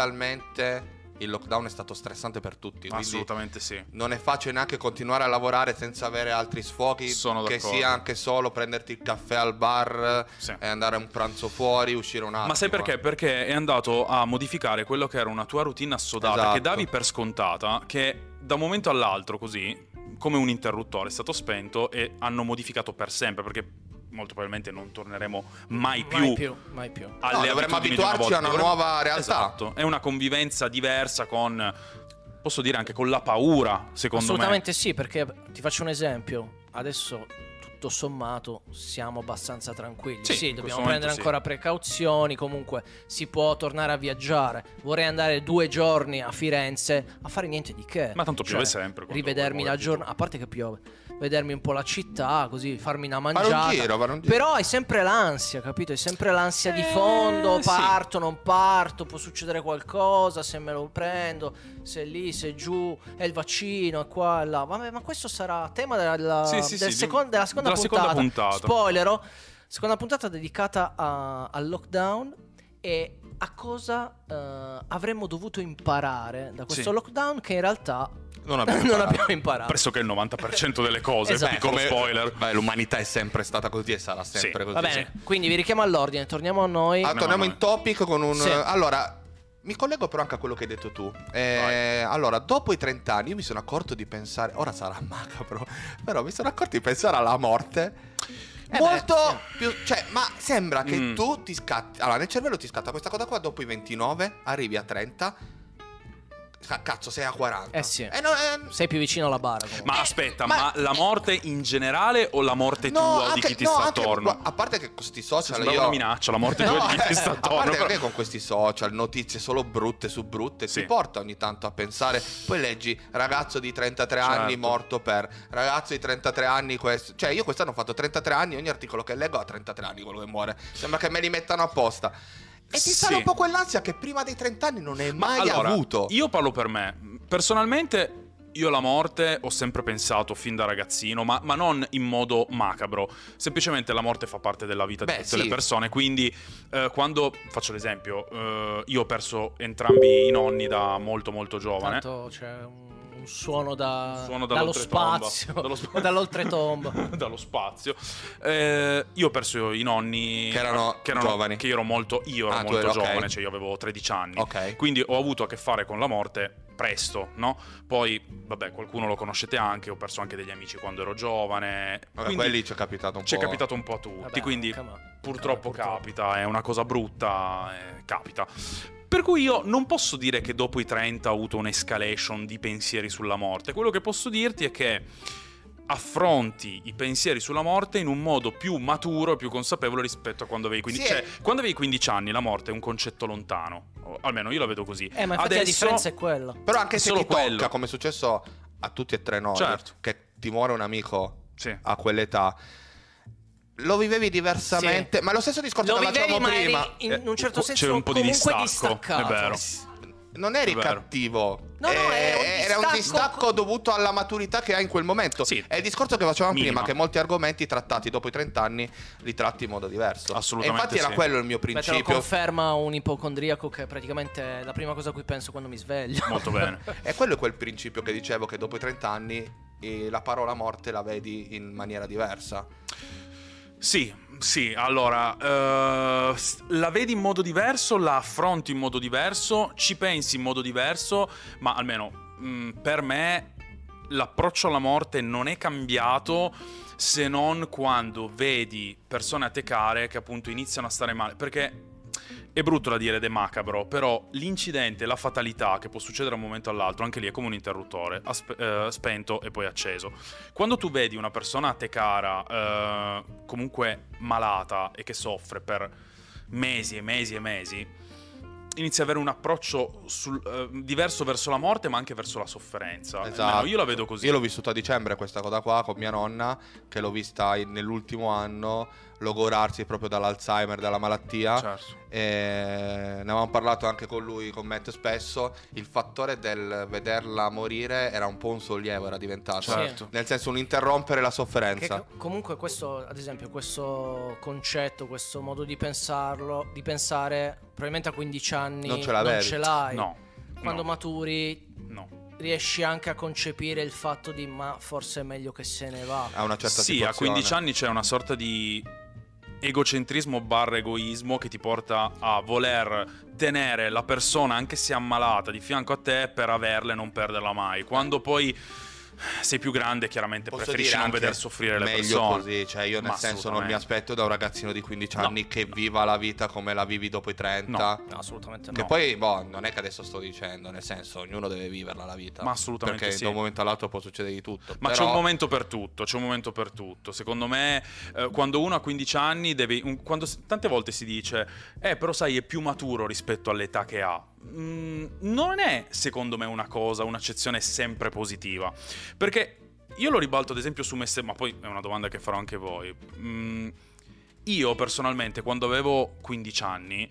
mentalmente il lockdown è stato stressante per tutti. Quindi Assolutamente sì. non è facile neanche continuare a lavorare senza avere altri sfoghi, Sono che d'accordo. sia anche solo prenderti il caffè al bar Sì. e andare a un pranzo fuori, uscire un attimo. eh. Ma sai perché? Perché è andato a modificare quello che era una tua routine assodata Esatto. che davi per scontata, che da un momento all'altro, così, come un interruttore, è stato spento e hanno modificato per sempre, perché molto probabilmente non torneremo mai più. Mai più, mai più. alle No, dovremmo abitudini di abituarci volta. a una Dovremmo- nuova realtà. Esatto, è una convivenza diversa con, posso dire anche con la paura, secondo Assolutamente sì, perché ti faccio un esempio. Adesso tutto sommato siamo abbastanza tranquilli. Sì, Sì, in questo dobbiamo momento prendere sì. ancora precauzioni, comunque si può tornare a viaggiare. Vorrei andare due giorni a Firenze a fare niente di che. me. Ma tanto piove Cioè, sempre. quando Rivedermi vuoi la muoverti giornata, a parte che piove, vedermi un po' la città, così farmi una Fare un mangiata. giro, fare un giro. Però hai sempre l'ansia, capito? Hai sempre l'ansia di Eh, fondo, sì. parto, non parto, può succedere qualcosa, se me lo prendo, se è lì, se è giù, è il vaccino, è qua e là. Vabbè, ma questo sarà tema della, della- Sì, sì, del sì, secon- di- della seconda, della seconda puntata. puntata. Spoilero, seconda puntata dedicata a- al lockdown e a cosa eh, avremmo dovuto imparare da questo Sì. lockdown che in realtà Non abbiamo non imparato. abbiamo imparato. Pressoché il 90% delle cose, Esatto. piccolo Come- spoiler. Beh, l'umanità è sempre stata così e sarà sempre Sì. così. Va bene, quindi vi richiamo all'ordine, torniamo a noi. Ah, torniamo no, no. in topic con un. Sì. Allora, mi collego però anche a quello che hai detto tu. Eh, allora, dopo i 30 anni, io mi sono accorto di pensare. Ora sarà macabro, però mi sono accorto di pensare alla morte. Eh Molto beh, più, cioè, ma sembra che Mm. tu ti scatti. Allora, nel cervello ti scatta questa cosa qua. Dopo i 29, arrivi a 30. ca- Cazzo, sei a 40. Eh sì. Eh, no, eh, Sei più vicino alla bara. comunque. Ma Eh, aspetta, ma... ma- la morte in generale o la morte tua o di chi ti no, sta anche- attorno? A parte che con questi Sì, social. sembrava Io... una minaccia, la morte tua No, eh, di chi ti sta a parte attorno. però- perché con questi social notizie solo brutte su brutte Sì. ti porta ogni tanto a pensare poi leggi ragazzo di 33 anni Certo. morto per ragazzo di 33 anni questo cioè io quest'anno ho fatto 33 anni ogni articolo che leggo ha 33 anni quello che muore sembra che me li mettano apposta e ti Sì. sale un po' quell'ansia che prima dei 30 anni non hai Ma mai allora, avuto Io parlo per me. Personalmente, io alla morte ho sempre pensato fin da ragazzino, ma, ma non in modo macabro. Semplicemente la morte fa parte della vita Beh, di tutte sì. le persone. Quindi, eh, quando faccio l'esempio, eh, io ho perso entrambi i nonni da molto, molto giovane. Tanto c'è un, un suono, da- Suono dallo dall'oltretomba. spazio, Dallo spa- o dall'oltretomba. dallo spazio. Eh, io ho perso i nonni Che erano giovani. Che io ero molto, io ero Ah, tu molto eri- ok. giovane, cioè io avevo 13 anni. ok Quindi ho avuto a che fare con la morte presto, no? Poi, vabbè, qualcuno lo conoscete anche, ho perso anche degli amici quando ero giovane. Vabbè, quindi quelli ci è capitato un ci è po' capitato un po' a tutti, Vabbè, quindi come on, purtroppo come on, capita, è una cosa brutta, eh, capita. Per cui io non posso dire che dopo i 30 ho avuto un'escalation di pensieri sulla morte. Quello che posso dirti è che affronti i pensieri sulla morte in un modo più maturo e più consapevole rispetto a quando avevi 15 Sì, Cioè, quando avevi 15 anni la morte è un concetto lontano, o almeno io la vedo così. Eh, ma infatti la Adesso- differenza è quella. però anche se solo ti quello. tocca come è successo a tutti e tre noi Certo. che ti muore un amico Sì. a quell'età lo vivevi diversamente, ma lo stesso discorso Lo che vivevi, facciamo ma eri prima. in un certo Eh, senso c'è un po' di comunque distacco, è distaccato. vero. Non eri È vero. cattivo. Eh, No, no, era un era distacco- distacco dovuto alla maturità che hai in quel momento. Sì. È il discorso che facevamo Minima. prima, che molti argomenti trattati dopo i 30 anni li tratti in modo diverso. Assolutamente E infatti sì. era quello il mio Beh, te lo principio. conferma un ipocondriaco che è praticamente la prima cosa a cui penso quando mi sveglio. Molto bene. E quello è quel principio che dicevo che dopo i 30 anni eh, la parola morte la vedi in maniera diversa. Sì, sì, allora, eh, s- la vedi in modo diverso, la affronti in modo diverso, ci pensi in modo diverso, ma almeno mm, per me l'approccio alla morte non è cambiato se non quando vedi persone a te care che appunto iniziano a stare male. Perché è brutto da dire ed è macabro, però l'incidente, la fatalità che può succedere da un momento all'altro, anche lì è come un interruttore, ha sp- eh, spento e poi acceso. Quando tu vedi una persona a te cara, eh, comunque malata e che soffre per mesi e mesi e mesi, inizi ad avere un approccio sul- eh, diverso verso la morte, ma anche verso la sofferenza. Almeno Io la vedo così. Esatto. Io l'ho vissuta a dicembre questa cosa qua con mia nonna, che l'ho vista in- nell'ultimo anno logorarsi proprio dall'Alzheimer, dalla malattia. Certo. E ne avevamo parlato anche con lui, con Matt spesso. Il fattore del vederla morire era un po' un sollievo, era diventato. Sì. Cioè. Certo. Nel senso, un interrompere la Che sofferenza. co- comunque questo, ad esempio, questo concetto, questo modo di pensarlo, di pensare, probabilmente a 15 anni Non ce l'avevi. ce l'hai. No. Quando no, maturi no. riesci anche a concepire il fatto di ma forse è meglio che se ne va. A una certa sì, situazione. a 15 anni c'è una sorta di egocentrismo barra egoismo che ti porta a voler tenere la persona, anche se ammalata, di fianco a te per averla e non perderla mai. Quando poi sei più grande, chiaramente Posso preferisci dire non anche veder soffrire le meglio persone. così, cioè io nel Ma senso non mi assolutamente. aspetto da un ragazzino di 15 No. anni che viva la vita come la vivi dopo i 30. No. No, assolutamente Che no. poi, boh, non è che adesso sto dicendo, nel senso, ognuno deve viverla la vita. Ma assolutamente Perché sì. da un momento all'altro può succedere di tutto. Ma c'è però- un momento per tutto, c'è un momento per tutto. Secondo me, eh, quando uno ha 15 anni, deve, un- quando s- tante volte si dice, eh, però sai, è più maturo rispetto all'età che ha. Mm, non è, secondo me, una cosa, un'accezione sempre positiva. Perché io lo ribalto, ad esempio, su me stesso, ma poi è una domanda che farò anche voi. Mm, io personalmente, quando avevo 15 anni,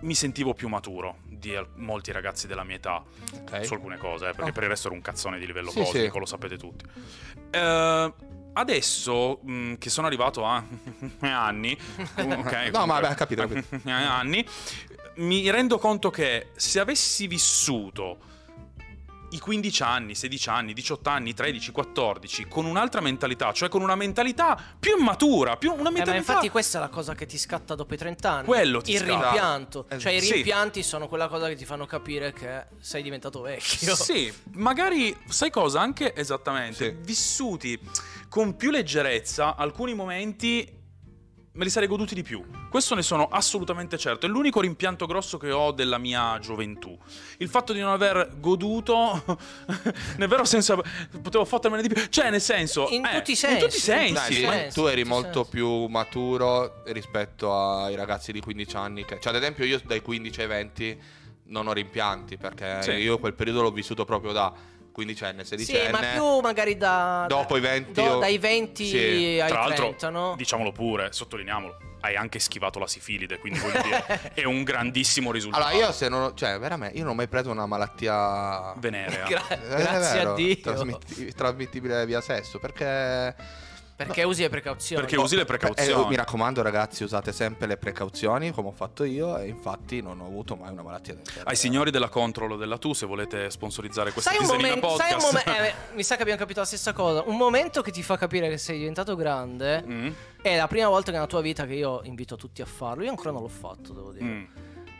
mi sentivo più maturo di al- molti ragazzi della mia età Ok. su alcune cose, eh, perché Ah. per il resto era un cazzone di livello Sì, cosmico, sì. lo sapete tutti. Eh, adesso mh, che sono arrivato a anni, ok, No, ma comunque- beh, capito, capito. anni, mi rendo conto che se avessi vissuto i 15 anni, 16 anni, 18 anni, 13, 14 con un'altra mentalità, cioè con una mentalità più immatura, più una Eh, ma mentalità infatti questa è la cosa che ti scatta dopo i 30 anni. Quello ti Il scatta. Eh, rimpianto. Esatto. Cioè i Sì. rimpianti sono quella cosa che ti fanno capire che sei diventato vecchio. Sì, magari, sai cosa? Anche esattamente, Sì. vissuti con più leggerezza alcuni momenti me li sarei goduti di più. Questo ne sono assolutamente certo. È l'unico rimpianto grosso che ho della mia gioventù. Il fatto di non aver goduto, nel vero senso, potevo fottermene di più. Cioè, nel senso... In eh, tutti i In tutti sensi, i in tutti sensi. Dai, i ma- sensi. tu eri Certo, sì, sì, molto sì. più maturo rispetto ai ragazzi di 15 anni. Che... Cioè, ad esempio, io dai 15 ai 20 non ho rimpianti perché Sì. io quel periodo l'ho vissuto proprio da 15enne, 16enne. Sì, ma più magari da... Dopo i 20 do- o- Dai 20 Sì, ai Tra l'altro, 30, no? diciamolo pure, sottolineiamolo, hai anche schivato la sifilide, quindi voglio dire, è un grandissimo risultato. Allora, io se non. ho- Cioè, veramente, io non ho mai preso una malattia. Venerea. Gra- Eh, è grazie vero, a Dio. trasmitti- trasmittibile via sesso perché Perché usi le precauzioni. Boh, Perché usi le precauzioni. Eh, mi raccomando ragazzi usate sempre le precauzioni come ho fatto io e infatti non ho avuto mai una malattia del genere Ai signori della Control o della Tu, se volete sponsorizzare questa Sai un, tisanina momento, sai un podcast. momen- eh, mi sa che abbiamo capito la stessa cosa. Un momento che ti fa capire che sei diventato grande Mm, è la prima volta che nella tua vita che io invito tutti a farlo. Io ancora non l'ho fatto, devo dire. mm,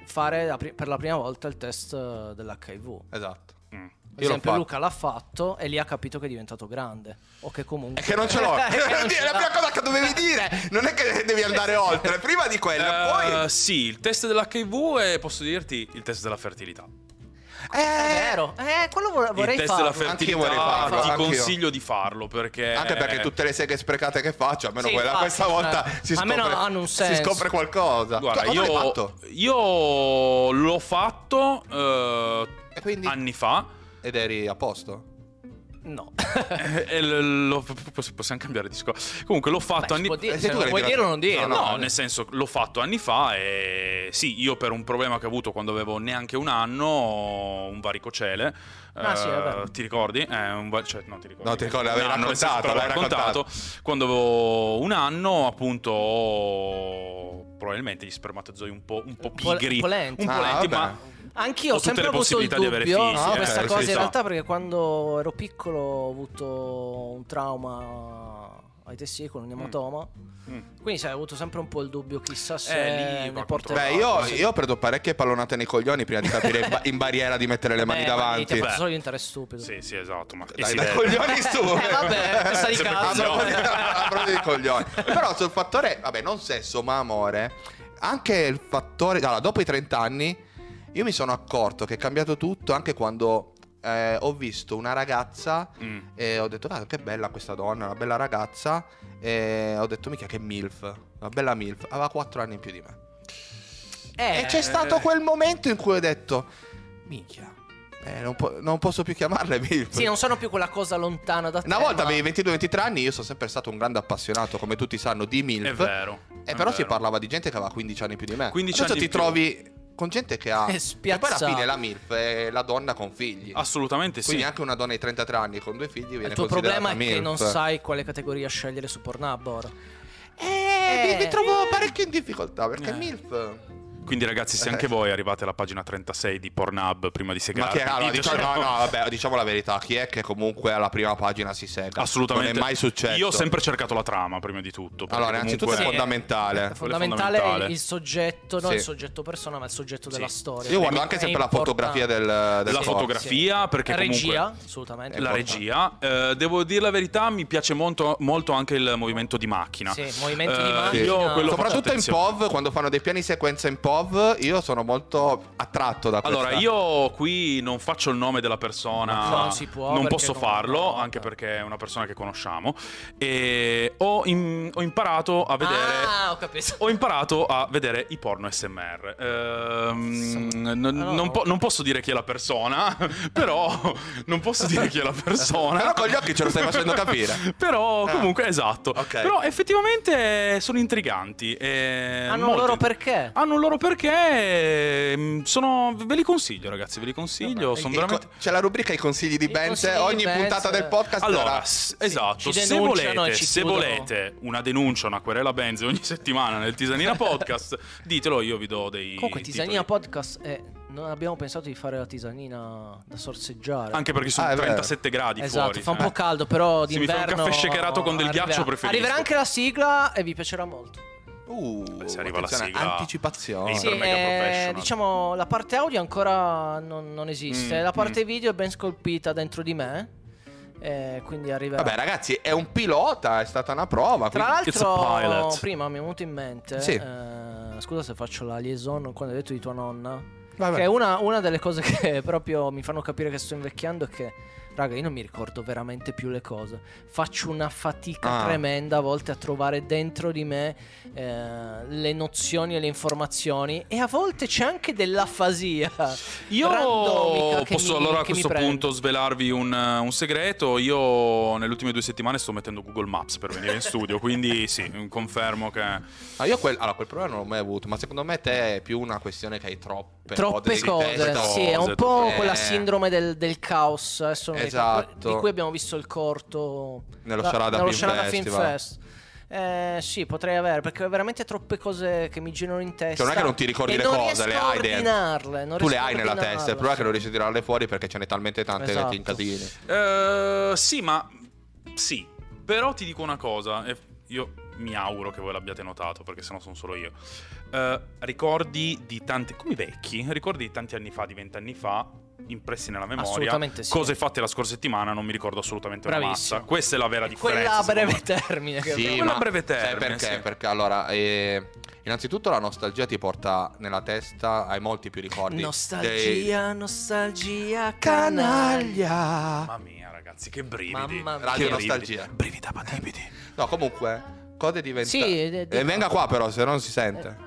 Fare la pri- per la prima volta il test eh, dell'HIV. esatto mm. Per Io l'ho esempio, fatto. Luca l'ha fatto e lì ha capito che è diventato grande. O che comunque. è che non ce l'ho Che non è ce la l'ha. Eh, prima cosa che dovevi dire non è che devi andare oltre prima di quella Eh, poi Sì, il test dell'HIV e posso dirti il test della fertilità. È eh, vero. Eh, quello vor- vorrei il test farlo. della fertilità Anch'io vorrei farlo, ti anch'io. consiglio di farlo perché... anche perché tutte le seghe sprecate che faccio almeno Sì, quella infatti, questa volta cioè, si, almeno scopre, hanno un si senso. scopre qualcosa Guarda, Tu- cosa l'hai io, Cioè, fatto? io l'ho fatto eh, E quindi- anni fa. ed eri a posto No. Eh, e l- lo- possiamo cambiare discorso. Comunque l'ho fatto Beh, si anni può dire, Eh, sì, se tu non l'hai vuoi tirato- dirlo, non dirlo. No, No, no, eh. nel senso, l'ho fatto anni fa e sì, io per un problema che ho avuto quando avevo neanche un anno, un varicocele. Ah, sì, vabbè. Ti ricordi? Eh, un va- cioè, no, ti ricordi. No, ti ricordi, l'avevi nel senso, raccontato, te l'avevo l'avevi raccontato. Quando avevo un anno, appunto, ho probabilmente gli spermatozoi un po', un po' po' pigri. polenti. Un Ah, polenti, vabbè. ma Anch'io Ho ho, tutte sempre le avuto il possibilità di avere dubbio figli, su eh, questa sì, cosa sì. in realtà perché quando ero piccolo ho avuto un trauma ai testicoli, un Mm. ematoma. Mm. Eh, Quindi sai, ho avuto sempre un po' il dubbio, chissà se lì va ne a porterà. Beh, io, io prendo parecchie pallonate nei coglioni prima di capire in ba- in barriera di mettere le mani Beh, guardi, davanti. Eh, Ti ha fatto Beh. solo diventare stupido. Sì, sì, esatto. Ma e Dai, si dai, vede. coglioni su. Cioè, Eh, vabbè, testa di Sempre cazzo. più giovane. a proposito di coglioni. Però sul fattore, vabbè, non sesso, ma amore, anche il fattore, allora, dopo i 30 anni io mi sono accorto che è cambiato tutto anche quando eh, ho visto una ragazza Mm. e ho detto, cazzo, che bella questa donna, una bella ragazza e ho detto, mica che MILF, una bella MILF, aveva 4 anni in più di me. Eh, E c'è stato quel momento in cui ho detto, minchia, eh, non, po- non posso più chiamarle MILF. Sì, non sono più quella cosa lontana da te. Eh, Una volta ma- avevi 22-23 anni, io sono sempre stato un grande appassionato, come tutti sanno, di È MILF. vero. è E Eh, però si vero. parlava di gente che aveva 15 anni più di me. 15 Adesso anni ti in più. trovi con gente che ha... È E poi alla spiazzato. fine la MILF è la donna con figli. Assolutamente Ah, sì. Quindi eh, anche una donna di 33 anni con due figli viene Il tuo considerata problema è che MILF. non sai quale categoria scegliere su Pornhub ora. Eh, mi, mi trovo eh. parecchio in difficoltà perché Eh. MILF... Quindi, ragazzi, se anche voi arrivate alla pagina 36 di Pornhub prima di eh. Ma segarvi, che allora, diciamo, ditecelo. no, no, vabbè, diciamo la verità, chi è che comunque alla prima pagina si sega? Assolutamente. Non è mai successo. Io ho sempre cercato la trama prima di tutto. perché Allora, innanzitutto è Sì. comunque- fondamentale. È fondamentale, fondamentale. il soggetto, non Sì. il soggetto persona, ma il soggetto Sì. della storia. Io guardo È anche sempre la importante. fotografia del, del la corpo. fotografia perché regia, comunque assolutamente. È la importante. regia Eh, devo dire la verità mi piace molto, molto anche il movimento di macchina Sì, movimenti di Eh, macchina. io quello faccio Soprattutto in attenzione. POV, quando fanno dei piani sequenza in POV, io sono molto attratto da questa Allora, io qui non faccio il nome della persona, No, non si può, non perché posso non- farlo, no, anche eh. perché è una persona che conosciamo. E ho, im- ho imparato a vedere. Ah, ho capito. Ho imparato a vedere i porno SMR. Ehm, Sì. Ah, n- Allora- non, po- non posso dire chi è la persona, però non posso dire chi è la persona. Però con gli occhi ce lo stai facendo capire. però Ah. comunque esatto. Ok. Però effettivamente sono intriganti. e Hanno un Eh, molto Ah, loro int- perché. hanno un loro perché. mm, Sono, ve li consiglio, ragazzi. Ve li consiglio. E- Sono e veramente. co- C'è la rubrica I consigli di I Benz. consigli di Ogni Benz. puntata del podcast Allora, darà- s- ci esatto, se denunciano e volete, ci se chiudono. volete una denuncia, una querela Benz ogni settimana nel Tisanina Podcast, ditelo, io vi do dei Comunque, titoli. Tisanina Podcast è... Non abbiamo pensato di fare la tisanina da sorseggiare. Anche perché sono Ah, è vero. 37 gradi Esatto, fuori. fa un eh. po' caldo, però Se mi d'inverno fai un caffè shakerato con del ghiaccio, preferisco. Arriverà anche la sigla e vi piacerà molto. Uh, se arriva la attenzione, sigla- Anticipazione. Ehi, Sì, per mega eh, professional. diciamo, la parte audio ancora non, non esiste. Mm, la parte mm. video è ben scolpita dentro di me. eh, quindi arriverà. Vabbè, ragazzi, è un pilota, è stata una prova. Tra quindi- It's a l'altro, pilot. prima mi è venuto in mente. Sì. eh, scusa se faccio la liaison quando hai detto di tua nonna. Vabbè. Che è una, una delle cose che proprio mi fanno capire che sto invecchiando è che, raga, io non mi ricordo veramente più le cose. Faccio una fatica Ah. tremenda a volte a trovare dentro di me eh, le nozioni e le informazioni. E a volte c'è anche dell'afasia. randomica Io che posso mi- allora a che mi questo prende. punto svelarvi un, eh, un segreto. Io nelle ultime due settimane sto mettendo Google Maps per venire in studio, quindi sì, confermo che Ah, io quel, allora, quel problema non l'ho mai avuto, ma secondo me te è più una questione che hai troppe, Troppe di cose, testa. sì, è un cose, po' troppe- quella Eh. sindrome del, del caos. Adesso non mi ricordo- Esatto. di cui abbiamo visto il corto Nello la- Sharada nello Film Sharada Festival. Fest. Eh, sì, potrei avere perché ho veramente troppe cose che mi girano in testa. Cioè, non è che non ti ricordi e le non cose, le riesco a hai dentro. ordinarle, non tu le riesco a hai nella ordinarle. testa, il problema è che non riesci a tirarle fuori perché ce n'è talmente tante che Esatto. ti incasini. Eh, sì, ma sì. Però ti dico una cosa, e io mi auguro che voi l'abbiate notato, perché sennò sono solo io. Eh, ricordi di tanti. come i vecchi, ricordi di tanti anni fa, di vent'anni fa, impressi nella memoria. Assolutamente sì. Cose fatte la scorsa settimana non mi ricordo assolutamente una Bravissimo. massa. Questa è la vera È differenza. Quella a secondo breve me. termine. che- Eh, Sì, Quello a breve termine, Sai perché? sì. Perché allora, eh, innanzitutto la nostalgia ti porta nella testa, hai molti più ricordi. dei- Nostalgia, nostalgia, canaglia. canaglia. Mamma mia, ragazzi, che brividi. Mamma mia. Radio che brividi. nostalgia. Brividi a brividi. No, comunque, cose diventate. Sì, eh, dico- Eh, venga qua però, se non si sente.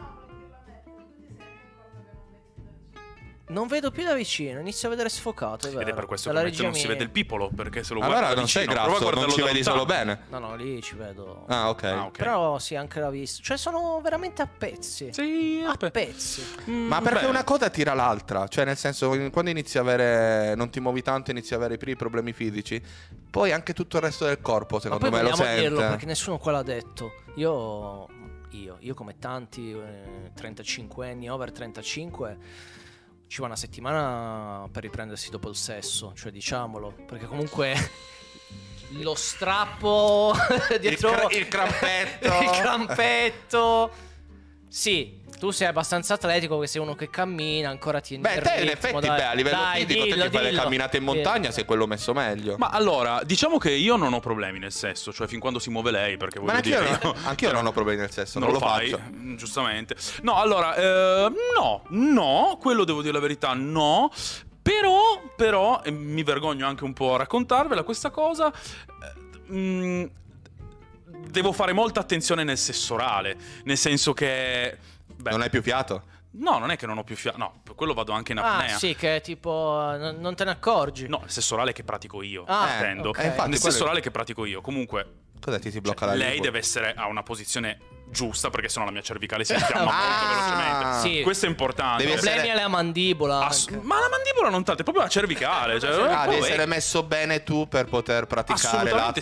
Non vedo più da vicino, inizio a vedere sfocato. È vero. Ed è per questo Dalla che mentre Eh, regia non si mi- vede il pipolo, perché se lo guardi Allora non sei grasso, non ci vedi solo bene. No, no, lì ci vedo. Ah, ok. Ah, ok. Però sì, anche la vista. Cioè, sono veramente a pezzi. Sì, A aspetta. pezzi. Mm, Ma perché bene. una cosa tira l'altra? Cioè, nel senso, in- quando inizi a avere. non ti muovi tanto, inizi a avere i primi problemi fisici. Poi anche tutto il resto del corpo, Ma secondo poi me, lo vogliamo sente. dirlo perché nessuno qua l'ha detto. Io, io, io come tanti eh, 35 anni, over 35, ci va una settimana per riprendersi dopo il sesso. Cioè, diciamolo. Perché comunque lo strappo dietro cra- il crampetto. il crampetto. Sì, tu sei abbastanza atletico che sei uno che cammina, ancora tieni Beh, il te in ritmo, effetti, dai. beh, a livello Dai, fisico, dillo, te ti fai le dillo. Eh. camminate in Sì. montagna, sei quello messo meglio. Ma allora, diciamo che io non ho problemi nel sesso, cioè fin quando si muove lei, perché voglio Ma anch'io, dire... non- anch'io non ho problemi nel sesso, non, lo, fai, faccio. mm, giustamente. No, allora, eh, no, no, quello devo dire la verità, no. Però, però, e mi vergogno anche un po' a raccontarvela questa cosa. eh, mm, devo fare molta attenzione nel sesso orale, nel senso che... beh, Non hai più fiato. No, non è che non ho più fiato, no, per quello vado anche in apnea. Ah, sì, che è tipo non non te ne accorgi. No, il sesso orale che pratico io, Ah, intendo. ok. Eh, infatti, Nel quello- sesso orale che pratico io, comunque... Cos'è ti si Cioè, blocca la lei lingua? deve essere a una posizione giusta perché sennò la mia cervicale si infiamma molto Ah. velocemente. Sì. Questo è importante. Devi Problemi essere- alla mandibola. Ass- anche. ma la mandibola non tanto, è proprio la cervicale. Cioè, Ah, proprio- devi essere messo bene tu per poter praticare l'atto Assolutamente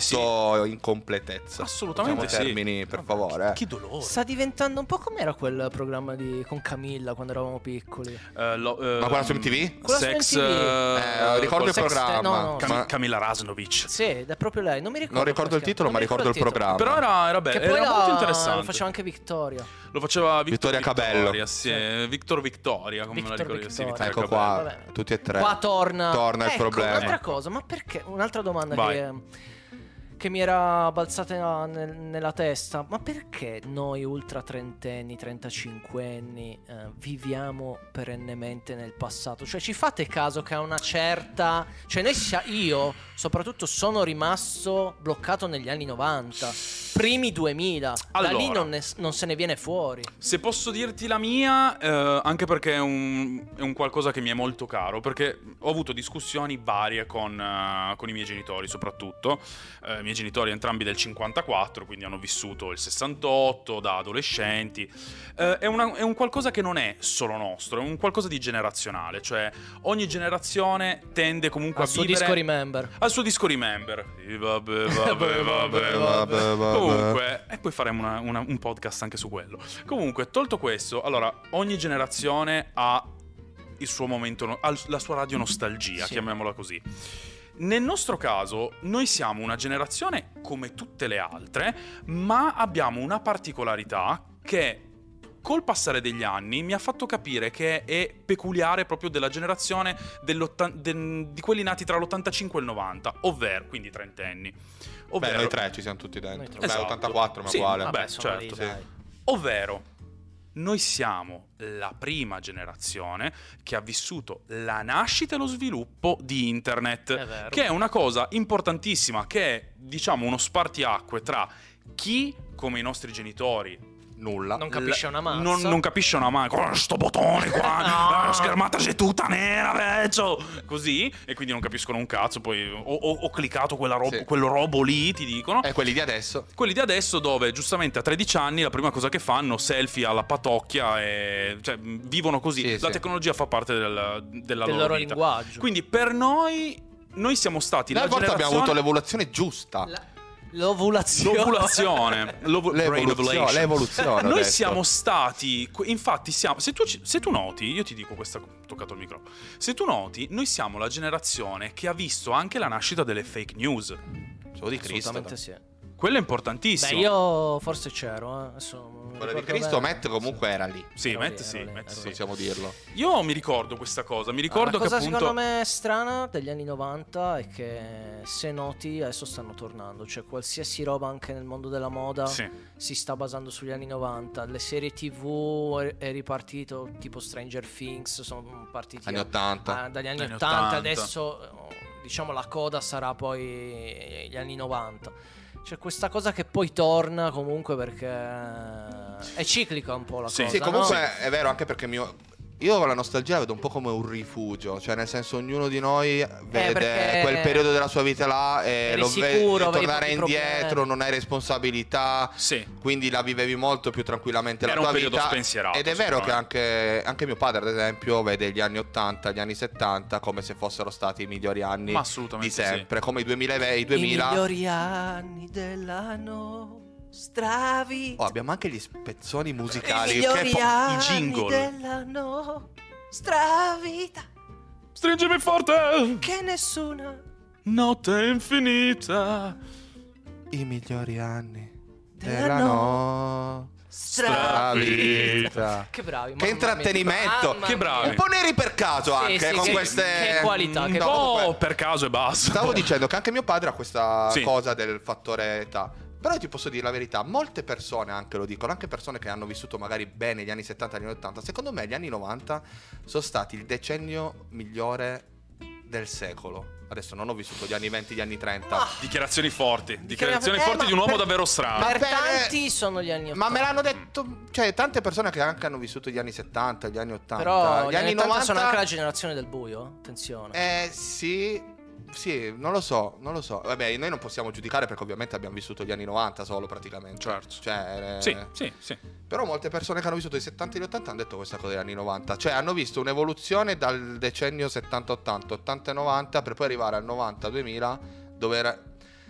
sì. in completezza. Assolutamente Usiamo sì. termini, per Mamma, favore. Che dolore. Sta diventando un po' com'era quel programma di- con Camilla quando eravamo piccoli. Eh, lo- eh, Ma quella su MTV? Quella su Sex. MTV. eh, Eh, ricordo il col- sex- programma. no, no, ma- Cam- Camilla Rasnovic. Sì, ed è proprio lei. Non mi ricordo. Non ricordo come il si titolo, chiama. ma Non mi ricordo il titolo. programma. Però era, era bello, Che era poi la- molto interessante. Lo faceva anche Vittoria. Lo faceva Victor- Vittoria Cabello. Victoria, sì, Victor Victoria, come me la Victor ricordo io, sì, Victoria. Victoria Ecco Cabello. qua, Vabbè. tutti e tre. Qua torna. Torna il Ecco, problema. Un'altra cosa, ma perché? Un'altra domanda Vai. che, che mi era balzata nel- nella testa. Ma perché noi ultra trentenni, trentacinquenni eh, viviamo perennemente nel passato? Cioè ci fate caso che a una certa... Cioè noi sia- io soprattutto sono rimasto bloccato negli anni 90, primi 2000. Da lì Allora. non, ne- non se ne viene fuori. Se posso dirti la mia, eh, anche perché è un, è un qualcosa che mi è molto caro, perché ho avuto discussioni varie con, eh, con i miei genitori soprattutto. Eh, I miei genitori entrambi del 54, quindi hanno vissuto il 68 da adolescenti. Eh, è, una- è un qualcosa che non è solo nostro, è un qualcosa di generazionale, cioè ogni generazione tende comunque Al a suo vivere... disco Remember. al suo disco Remember. Sì, Vabbè, vabbè, vabbè, vabbè. Vabbè, vabbè. Comunque, e poi faremo una- una- un podcast anche su quello. Comunque, tolto questo, allora, ogni generazione ha il suo momento, no- ha la sua radio nostalgia, Sì. chiamiamola così. Nel nostro caso, noi siamo una generazione come tutte le altre, ma abbiamo una particolarità che col passare degli anni mi ha fatto capire che è peculiare proprio della generazione dell'ottan- de- di quelli nati tra l'85 e il 90, ovvero quindi trentenni. Beh, Ovvero, noi tre ci siamo tutti Noi dentro. tre. Beh, Esatto. 84, ma Sì, uguale. vabbè, sono certo, sì. dai. ovvero noi siamo la prima generazione che ha vissuto la nascita e lo sviluppo di internet. È vero. Che è una cosa importantissima, che è diciamo uno spartiacque tra chi, come i nostri genitori, Nulla. Non capisce una mazza. non, non capisce una mano, con sto bottone qua, No. eh, la schermata c'è tutta nera, vecchio! Così, e quindi non capiscono un cazzo, poi ho, ho- ho cliccato quella rob- Sì. Eh. quel robo lì, ti dicono. E quelli di adesso. Quelli di adesso dove giustamente a 13 anni la prima cosa che fanno selfie alla patocchia e cioè, mh, vivono così. Sì, la sì. tecnologia fa parte del- della del loro, loro vita. linguaggio. Quindi per noi noi siamo stati Noi la a volte abbiamo avuto generazione l'evoluzione giusta. La- l'ovulazione. l'ovulazione, l'ovu- brain L'evoluzione. ovulation. l'evoluzione, ho Noi detto. siamo stati, que- infatti siamo, se tu, ci- se tu noti, io ti dico questa, ho toccato il microfono, se tu noti, noi siamo la generazione che ha visto anche la nascita delle fake news, Solo di Cristo. Assolutamente sì. quello è Beh, importantissimo. io forse c'ero. Eh. adesso non Quella di ricordo Cristo, bene. Matt comunque era lì. Sì, Ero Matt lì, sì, ero lì, Matt ero sì. lì. Possiamo dirlo. Io mi ricordo questa cosa, mi Ah, ricordo la cosa che appunto... secondo me strana degli anni 90 è che se noti adesso stanno tornando, cioè qualsiasi roba anche nel mondo della moda Sì. si sta basando sugli anni 90, le serie tv è- è ripartito tipo Stranger Things, sono partiti Anni a- 80. Ah, dagli anni Anni 80, 80. adesso eh, diciamo la coda sarà poi gli anni 90. C'è questa cosa che poi torna comunque perché è ciclica un po' la Sì. cosa. Sì, comunque no? è vero anche perché mio... io la nostalgia la vedo un po' come un rifugio, cioè nel senso ognuno di noi vede Eh, perché quel periodo della sua vita là e eri lo sicuro, vede avevi tornare pochi indietro, problemi. non hai responsabilità, Sì. quindi la vivevi molto più tranquillamente Era la tua un periodo vita. spensierato, Ed è vero che sicuramente. anche, anche mio padre, ad esempio, vede gli anni 80, gli anni 70 come se fossero stati i migliori anni Ma di assolutamente sì. sempre, come i 2000, i I 2000. migliori anni della nostra vita. Oh, abbiamo anche gli spezzoni I musicali. migliori che po- anni jingle. della nostra vita Stringimi forte! che nessuna Notte infinita. I migliori anni Della della Stra- nostra vita. Che bravi. Che mamma mia. intrattenimento. Mamma mia. Che bravi. Un po' neri per caso Sì, anche sì, con sì. queste Che qualità, che No, Oh, comunque- per caso e basta. Stavo dicendo che anche mio padre ha questa Sì. cosa del fattore età. Però io ti posso dire la verità, molte persone anche lo dicono, anche persone che hanno vissuto magari bene gli anni 70 e gli anni 80, secondo me gli anni 90 sono stati il decennio migliore del secolo. Adesso non ho vissuto gli anni 20, gli anni 30. Ma- Dichiarazioni forti. Dichiarazioni eh, forti ma di un uomo per- davvero strano. Ma- Per bene. tanti sono gli anni 80. Ma me l'hanno detto, cioè tante persone che anche hanno vissuto gli anni 70, gli anni 80, Però gli, anni 90 sono anche la generazione del buio. Attenzione. Eh sì, sì, non lo so, non lo so. Vabbè, noi non possiamo giudicare perché ovviamente abbiamo vissuto gli anni 90 solo praticamente. Certo. Cioè, eh, Sì, sì, sì. Però molte persone che hanno vissuto i 70 e gli 80 hanno detto questa cosa degli anni 90. Cioè hanno visto un'evoluzione dal decennio 70-80, 80-90 per poi arrivare al 90-2000 dove era...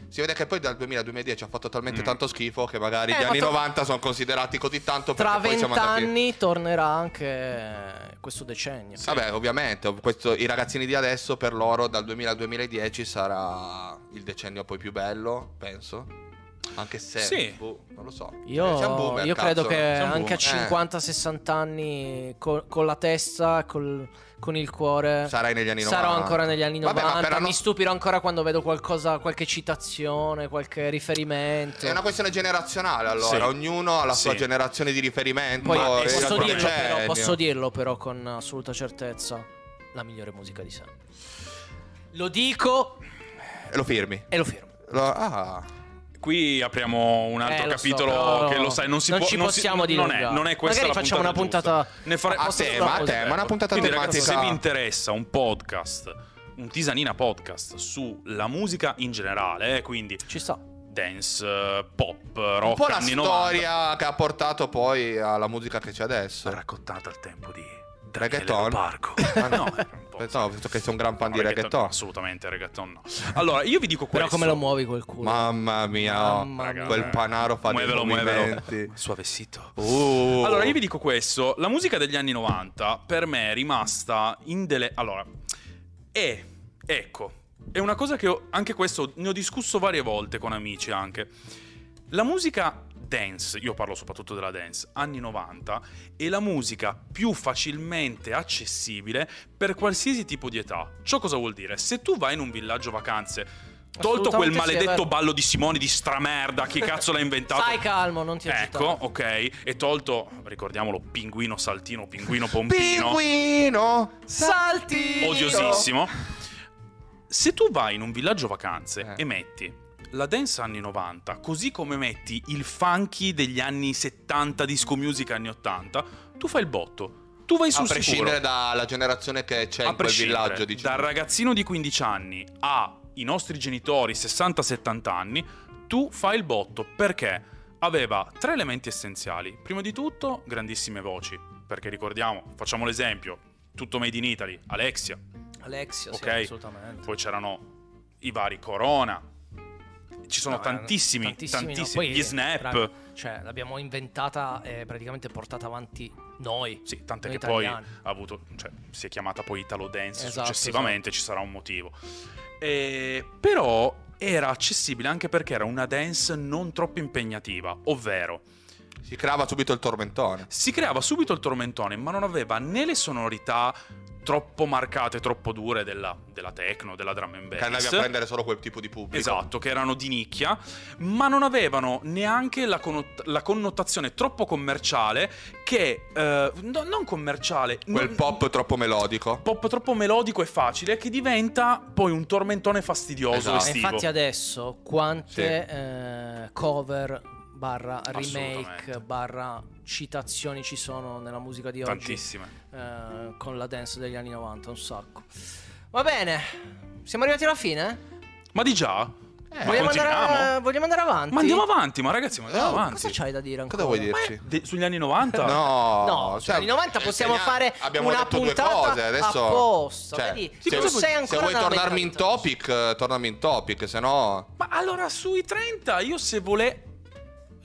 Si vede che poi dal 2000-2010 ha fatto talmente Mm. tanto schifo che magari Eh, gli ma anni to- 90 sono considerati così tanto perché Tra poi siamo andati... vent'anni tornerà anche questo decennio. Sì. Vabbè, ovviamente, ov- questo- i ragazzini di adesso per loro dal 2000 al 2010 sarà il decennio poi più bello, penso. Anche se Sì. boh, non lo so. Eh, Io, siamo boomer, io credo cazzo. che Siamo anche a boomer. Eh. 50-60 anni co- con la testa, col- con il cuore, Eh, sarai negli anni 90. sarò ancora negli anni Vabbè, 90. ma per la Mi no- stupirò ancora quando vedo qualcosa, qualche citazione, qualche riferimento. È una questione generazionale, allora, Sì. ognuno ha la sua Sì. generazione di riferimento. Poi Ma- e eh, posso, il dirlo sicuramente. però, decennio. posso dirlo però con assoluta certezza, la migliore musica di sempre. Lo dico E Eh, Lo firmi. e lo fermo. Lo- ah. Qui apriamo un altro Eh, lo so, capitolo però che lo sai, non si non può ci si- possiamo non è, dilungare. non è questa Magari la facciamo una puntata giusta. ne fare- a posso- tema, a no, tema, una ecco. puntata Quindi ragazzi, tematica. se vi interessa un podcast, un Tisanina podcast sulla musica in generale, eh, quindi Ci sta. dance, eh, pop, rock, un po' la anni 90, storia che ha portato poi alla musica che c'è adesso. raccontata al tempo di Reggaeton? Parco. Ah, no. no, era un po'. Pensavo penso che sei un gran fan No, di reggaeton. Assolutamente reggaeton no. Allora, io vi dico questo. Però come lo muovi quel culo? Mamma mia, Mamma oh, mia. quel panaro fa muovelo, dei muovelo. movimenti. Suavecito. Uh. Allora, io vi dico questo: la musica degli anni 90 per me è rimasta indele. Allora, è ecco, è una cosa che ho, anche questo ne ho discusso varie volte con amici anche. La musica dance, io parlo soprattutto della dance, anni 90, è la musica più facilmente accessibile per qualsiasi tipo di età. Ciò cosa vuol dire? Se tu vai in un villaggio vacanze, tolto quel Assolutamente sì, è maledetto vero. ballo di Simone di stramerda, chi cazzo l'ha inventato? Stai calmo, non ti Ecco, agitare. ok. E tolto, ricordiamolo, pinguino saltino, pinguino pompino. Pinguino, Salti! Odiosissimo. Se tu vai in un villaggio vacanze Eh. e metti la dance anni 90, così come metti il funky degli anni 70, disco music anni 80, tu fai il botto. Tu vai a sul sicuro. prescindere dalla generazione che c'è a in quel prescindere villaggio, dici. dal tu. ragazzino di 15 anni a i nostri genitori 60-70 anni, tu fai il botto perché aveva tre elementi essenziali. Prima di tutto, grandissime voci, perché ricordiamo, facciamo l'esempio, tutto made in Italy, Alexia, Alexio, Ok. sì, assolutamente. poi c'erano i vari Corona. Ci sono No, tantissimi, tantissimi, tantissimi, no. Poi, eh, gli snap. raga, cioè, l'abbiamo inventata e praticamente portata avanti noi. Sì, tant'è Noi che poi ha italiani. avuto, cioè, si è chiamata poi Italo Dance Esatto, successivamente, ci sarà un motivo. E- però era accessibile anche perché era una dance non troppo impegnativa, ovvero Si creava subito il tormentone. si creava subito il tormentone, ma non aveva né le sonorità troppo marcate, troppo dure della, della techno, della drum and bass. Che andavi a prendere solo quel tipo di pubblico. Esatto, che erano di nicchia, ma non avevano neanche la, connot- la connotazione troppo commerciale che... eh, no- non commerciale... Quel non- pop troppo melodico. pop troppo melodico e facile che diventa poi un tormentone fastidioso Esatto. E estivo. infatti adesso quante eh, cover barra remake Assolutamente. barra citazioni ci sono nella musica di oggi Tantissime. eh, con la dance degli anni 90, un sacco. Va bene, siamo arrivati alla fine? eh? Ma di già? Eh, vogliamo, andare, continuiamo? vogliamo andare avanti? Ma andiamo avanti, ma ragazzi, ma andiamo No, avanti. Oh, Cosa c'hai da dire ancora? Cosa vuoi Ma dirci? De- sugli anni 90? No, No, cioè, anni 90 possiamo insegna- fare abbiamo una detto puntata due cose, adesso, cioè, apposta, vedi? se, Tu sei ancora se vuoi nella tornarmi in mentalità. topic, eh, tornami in topic, se no... Ma allora sui 30 io se vole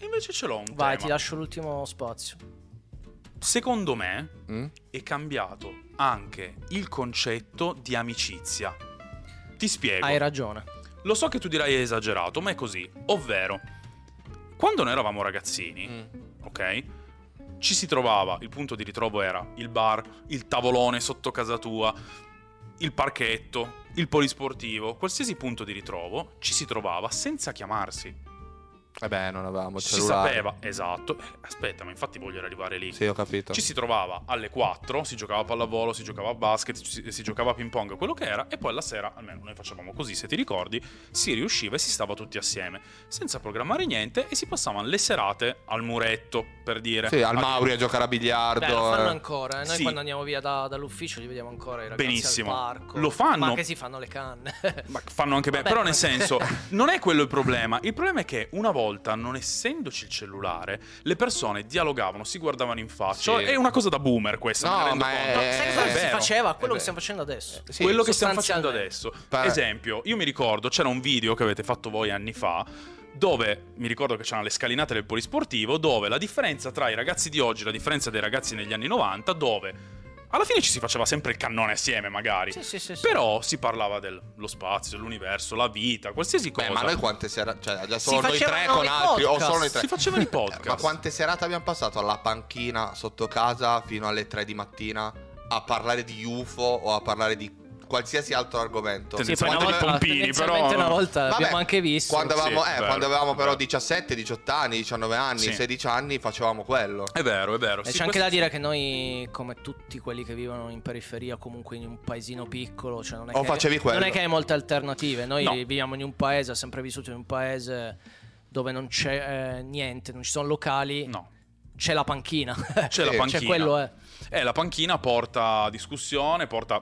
invece ce l'ho un Vai, tema. ti lascio l'ultimo spazio. Secondo me Mm? è cambiato anche il concetto di amicizia. Ti spiego. Hai ragione. Lo so che tu dirai è esagerato, ma è così. Ovvero, quando noi eravamo ragazzini, Mm. ok? Ci si trovava, il punto di ritrovo era il bar, il tavolone sotto casa tua, il parchetto, il polisportivo, qualsiasi punto di ritrovo, ci si trovava senza chiamarsi. Eh beh, non avevamo Si cellulare. sapeva, esatto. Eh, Aspetta, ma infatti voglio arrivare lì. Sì, ho capito. Ci si trovava alle 4, si giocava a pallavolo, si giocava a basket, si, si giocava a ping pong, quello che era, e poi la sera, almeno noi facevamo così, se ti ricordi, si riusciva e si stava tutti assieme, senza programmare niente, e si passavano le serate al muretto, per dire. Sì, al A- Mauri a giocare a Beh, lo fanno biliardo. ancora. eh. Noi Sì. quando andiamo via da- dall'ufficio li vediamo ancora i ragazzi Benissimo. al parco. Lo fanno. Ma che si fanno le canne. Ma fanno anche bene, Vabbè, però vabbè. nel senso, non è quello il problema. Il problema è che una volta, non essendoci il cellulare, le persone dialogavano, si guardavano in faccia. Sì. È una cosa da boomer questa, No, me ne rendo ma è- conto. No, sai cosa È si vero. faceva? Quello Eh beh. che stiamo facendo adesso. Sì. quello che stiamo facendo sostanzialmente. adesso. Pa- Esempio, io mi ricordo, c'era un video che avete fatto voi anni fa, dove mi ricordo che c'erano le scalinate del polisportivo, dove la differenza tra i ragazzi di oggi e la differenza dei ragazzi negli anni 90, dove alla fine ci si faceva sempre il cannone assieme magari. Sì, sì, sì, sì. Però si parlava dello spazio, dell'universo, la vita, qualsiasi cosa. Beh, ma noi quante serate. Cioè, già Si solo noi tre facevano con i altri. O podcast. solo noi tre. si facevano i Eh, Ma podcast. quante serate abbiamo passato alla panchina sotto casa fino alle 3 di mattina a parlare di UFO o a parlare di qualsiasi altro argomento? Sì, Sì, poi Quanto una dei volta, pompini, tendenzialmente però- una volta Vabbè, l'abbiamo anche visto. Quando avevamo, Sì, eh, vero, quando avevamo però vero. 17, 18 anni, 19 anni, Sì. Eh, 16 anni facevamo quello. È vero, è vero. E Sì, Eh, c'è anche questo- da dire che noi, come tutti quelli che vivono in periferia, comunque in un paesino piccolo, cioè non è, O che, Oh, facevi quello. non è che hai molte alternative. Noi No. viviamo in un paese, ho sempre vissuto in un paese dove non c'è eh, niente, non ci sono locali, No, c'è la panchina. c'è la Sì. Mm. panchina. Cioè quello è, Eh, la panchina porta discussione, porta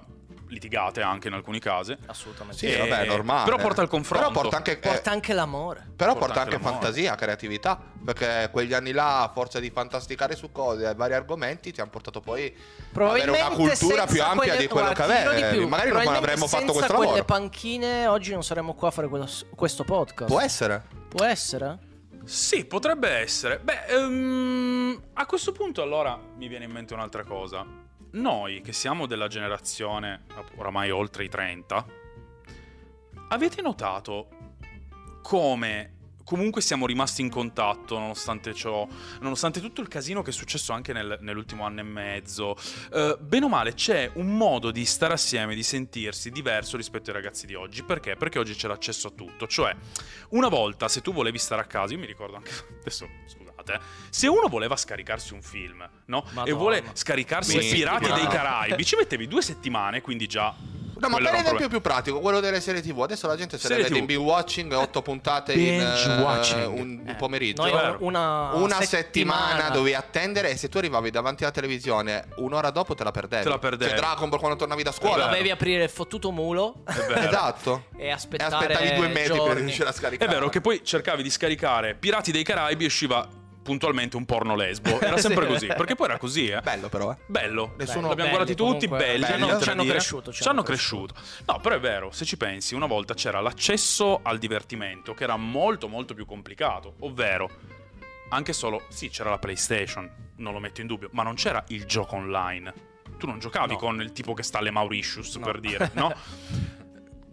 litigate anche in alcuni casi. assolutamente. Sì, Eh, vabbè, è normale. però porta al confronto. Però porta anche, eh, Porta anche l'amore. però porta porta anche anche l'amore. fantasia, creatività, perché quegli anni là, a forza di fantasticare su cose e vari argomenti, ti hanno portato poi avere Probabilmente una cultura senza più ampia quelle- di quello guarda, che ti dirò aveva. di più, Magari non probabilmente avremmo fatto senza questo quelle lavoro. panchine oggi non saremmo qua a fare quello- questo podcast. Può essere. Può essere? Sì, potrebbe essere. Beh, ehm, a questo punto allora mi viene in mente un'altra cosa. Noi che siamo della generazione oramai oltre i 30, avete notato come comunque siamo rimasti in contatto nonostante ciò, nonostante tutto il casino che è successo anche nel- nell'ultimo anno e mezzo? Eh, bene o male c'è un modo di stare assieme, di sentirsi diverso rispetto ai ragazzi di oggi. Perché? Perché oggi c'è l'accesso a tutto. Cioè, una volta, se tu volevi stare a casa, io mi ricordo anche. Adesso, scusate, eh, se uno voleva scaricarsi un film, no? E Madonna. vuole scaricarsi Due i Pirati dei settimane. Caraibi, ci mettevi due settimane, quindi già. No, ma quello per era un esempio problema. più pratico, quello delle serie TV. Adesso la gente se Serie le vede TV. Eh, in binge watching 8 puntate in Binge eh, watching. un Eh, pomeriggio. Noi Vero. una, Una settimana, dovevi attendere e se tu arrivavi davanti alla televisione un'ora dopo te la perdevi. Te la perdevi. Cioè Dragon Ball quando tornavi da È scuola. vero. Dovevi aprire il fottuto mulo È vero. Esatto. e E aspettare aspettavi due mesi per giorni. riuscire a scaricare. È vero che poi cercavi di scaricare Pirati dei Caraibi e usciva puntualmente un porno lesbo. Era sempre Sì. così, perché poi era così, eh. Bello però, eh. Bello, Nessuno- l'abbiamo Belli, guardati tutti, comunque, belli, belli, c'è ci da hanno dire. cresciuto, ci ci hanno hanno cresciuto. No, però è vero, se ci pensi, una volta c'era l'accesso al divertimento che era molto molto più complicato, ovvero anche solo, sì, c'era la PlayStation, non lo metto in dubbio, ma non c'era il gioco online. Tu non giocavi No. con il tipo che sta alle Mauritius, No. per dire, no?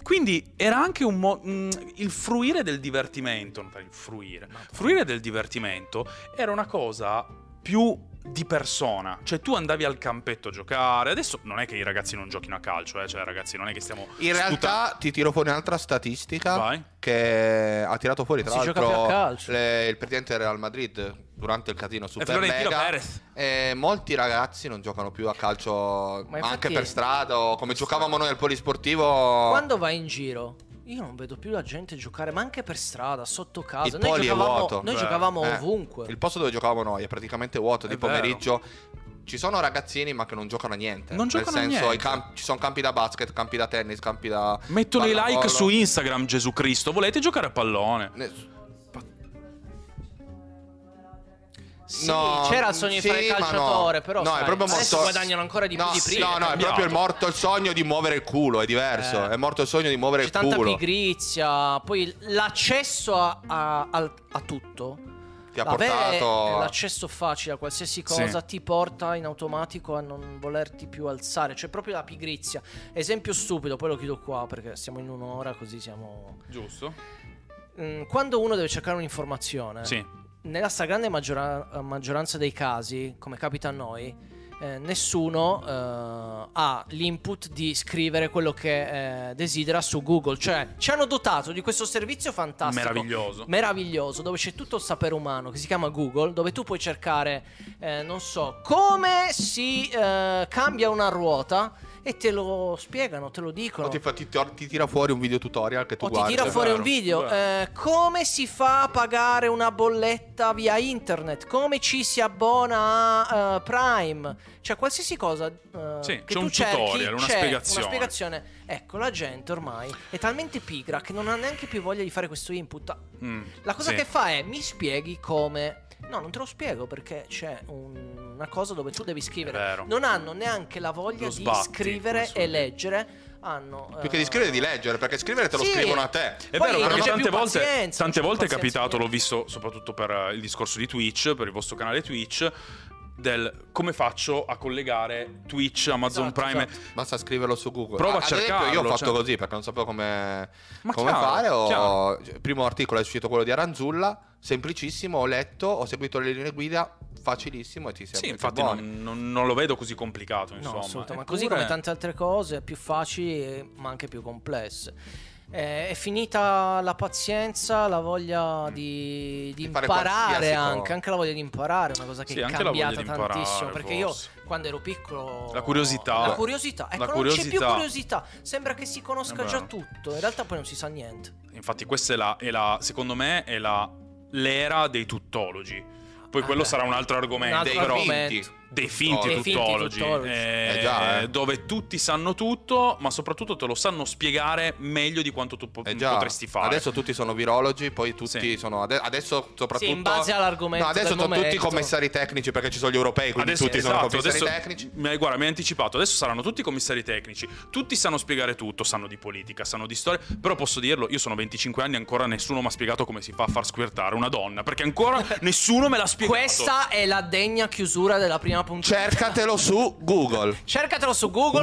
Quindi era anche un mo- mh, il fruire del divertimento, non il fruire, fruire del divertimento era una cosa più di persona, cioè tu andavi al campetto a giocare, adesso non è che i ragazzi non giochino a calcio, eh? cioè ragazzi non è che stiamo... In realtà ti tiro fuori un'altra statistica Vai. che ha tirato fuori tra Si gioca l'altro più a calcio. le- il presidente del Real Madrid durante il casino E Super Florentino Mega. Perez. Eh, molti ragazzi non giocano più a calcio Ma infatti- anche per strada o come giocavamo noi al polisportivo. Quando vai in giro, io non vedo più la gente giocare, ma anche per strada, sotto casa. Il noi poli è giocavamo, vuoto. noi Beh, giocavamo Eh, ovunque. Il posto dove giocavamo noi è praticamente vuoto È di vero. pomeriggio. Ci sono ragazzini ma che non giocano a niente. Non giocano a Nel senso, niente. i camp- ci sono campi da basket, campi da tennis, campi da... Mettono i like Pallavolo. su Instagram Gesù Cristo, volete giocare a pallone? Ne- Sì, No, c'era il sogno di fare sì, il ma no. calciatore, però No, è sai, proprio adesso morto- guadagnano ancora di no, più di prima. No, no, è cambiato. proprio il morto il sogno di muovere il culo, è diverso. Eh. È morto il sogno di muovere C'è il tanta culo. pigrizia, poi l'accesso a, a- al- a tutto Ti ha Avere portato... l'accesso facile a qualsiasi Sì. cosa ti porta in automatico a non volerti più alzare, cioè proprio la pigrizia. Esempio stupido, poi lo chiudo qua perché siamo in un'ora così siamo... Giusto? Mm, Quando uno deve cercare un'informazione, Sì. nella stragrande maggiora- maggioranza dei casi, come capita a noi, eh, nessuno eh, ha l'input di scrivere quello che eh, desidera su Google. Cioè, ci hanno dotato di questo servizio fantastico. Meraviglioso. meraviglioso, dove c'è tutto il sapere umano che si chiama Google, dove tu puoi cercare, eh, non so, come si eh, cambia una ruota e te lo spiegano, te lo dicono. O ti, fa- ti- ti- ti tira fuori un video tutorial che tu O ti guardi. tira è fuori vero, un video. è vero. eh, come si fa a pagare una bolletta via internet? Come ci si abbona a eh, Prime? Cioè, qualsiasi cosa. eh, Sì, che c'è tu un cerchi, tutorial, una c'è spiegazione. una spiegazione. Ecco, la gente ormai è talmente pigra che non ha neanche più voglia di fare questo input. Mm, La cosa sì. che fa è mi spieghi come. No, non te lo spiego perché c'è un- una cosa dove tu devi È scrivere. vero. Non hanno neanche la voglia Lo di sbatti, come scrivere e si suol dire. leggere. Hanno, Più che eh, di scrivere, di leggere, perché scrivere te lo Sì. scrivono a te. È Poi vero, non perché c'è tante più volte, pazienza, tante non c'è volte è più capitato, pazienza. l'ho visto soprattutto per eh, il discorso di Twitch, per il vostro canale Twitch, del come faccio a collegare Twitch, Amazon Esatto, Prime. esatto. Basta scriverlo su Google. Prova a Ad esempio, cercarlo, Io ho fatto cioè- così perché non sapevo come, Ma come chiaro, fare. ho- chiaro. Il primo articolo è uscito quello di Aranzulla, semplicissimo. Ho letto, ho seguito le linee guida, facilissimo e ti sembra. Sì, infatti non, non- non lo vedo così complicato, insomma. Cioè, No, assolutamente. Ma così come tante altre cose, più facili eh, ma anche più complesse. Eh, è finita la pazienza, la voglia Mm. di, di Di fare imparare qualsiasi cosa. anche, anche la voglia di imparare, è una cosa che Sì, è anche la voglia di cambiata imparare, tantissimo. Perché forse. io quando ero piccolo... La curiosità. La curiosità, ecco, La non c'è più curiosità. Eh, curiosità, sembra che si conosca È già vero. tutto, in realtà poi non si sa niente. Infatti questa è la, è la- secondo me, è la, l'era dei tuttologi. Poi Ah, quello beh. sarà un altro argomento, Un altro però... argomento. Dei finti Dei finti tuttologi, tuttologi. eh, Eh già, eh. dove tutti sanno tutto, ma soprattutto te lo sanno spiegare meglio di quanto tu po- Eh già, potresti fare. Adesso tutti sono virologi, poi tutti Sì. sono. ade- adesso Sì, soprattutto. in base all'argomento No, adesso del sono tutti momento. commissari tecnici perché ci sono gli europei, quindi Adesso- tutti sono esatto, commissari adesso- tecnici. Mi hai, guarda, mi hai anticipato. Adesso saranno tutti commissari tecnici. Tutti sanno spiegare tutto. Sanno di politica, sanno di storia. Però posso dirlo, io sono 25 anni e ancora nessuno mi ha spiegato come si fa a far squirtare una donna. Perché ancora nessuno me l'ha spiegato. Questa è la degna chiusura della prima puntata. Cercatelo su Google. Cercatelo su Google e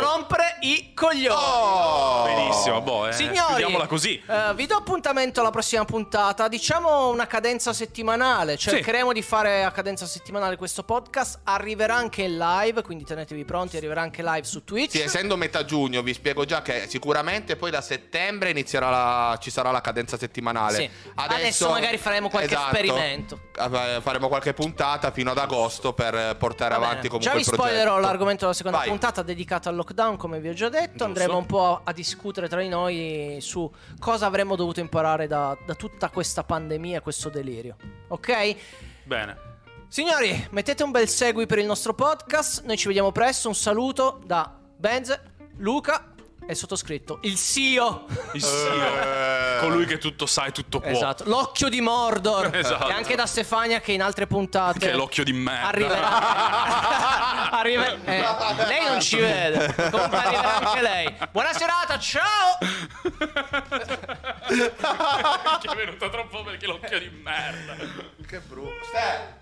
non rompere i coglioni. Oh! Benissimo, boh, eh, Signori, chiudiamola così. eh, vi do appuntamento alla prossima puntata. Diciamo una cadenza settimanale. Cercheremo di fare a cadenza settimanale questo podcast. Arriverà anche in live, quindi tenetevi pronti. Arriverà anche live su Twitch. Sì, essendo metà giugno, vi spiego già che sicuramente poi da settembre inizierà la- ci sarà la cadenza settimanale. Sì. Adesso magari faremo qualche esperimento. Eh, Faremo qualche puntata fino ad agosto per eh, portare Va bene. avanti comunque Già vi il progetto. spoilerò l'argomento della seconda Vai. puntata dedicata al lockdown, come vi ho già detto. Giusto. Andremo un po' a, a discutere tra di noi su cosa avremmo dovuto imparare da, da tutta questa pandemia e questo delirio. Ok? Bene. Signori, mettete un bel segui per il nostro podcast. Noi ci vediamo presto. Un saluto da Benz, Luca e sottoscritto il CEO. Il CEO, Eh. colui che tutto sa e tutto può. Esatto, l'occhio di Mordor. Esatto. E anche da Stefania che in altre puntate Che è Cioè, l'occhio di merda. Arriverà. Arrive- eh, lei non ci vede. Comunque arriverà anche lei. Buona serata, ciao. che è venuta troppo perché l'occhio di merda. Che brutto. Ste!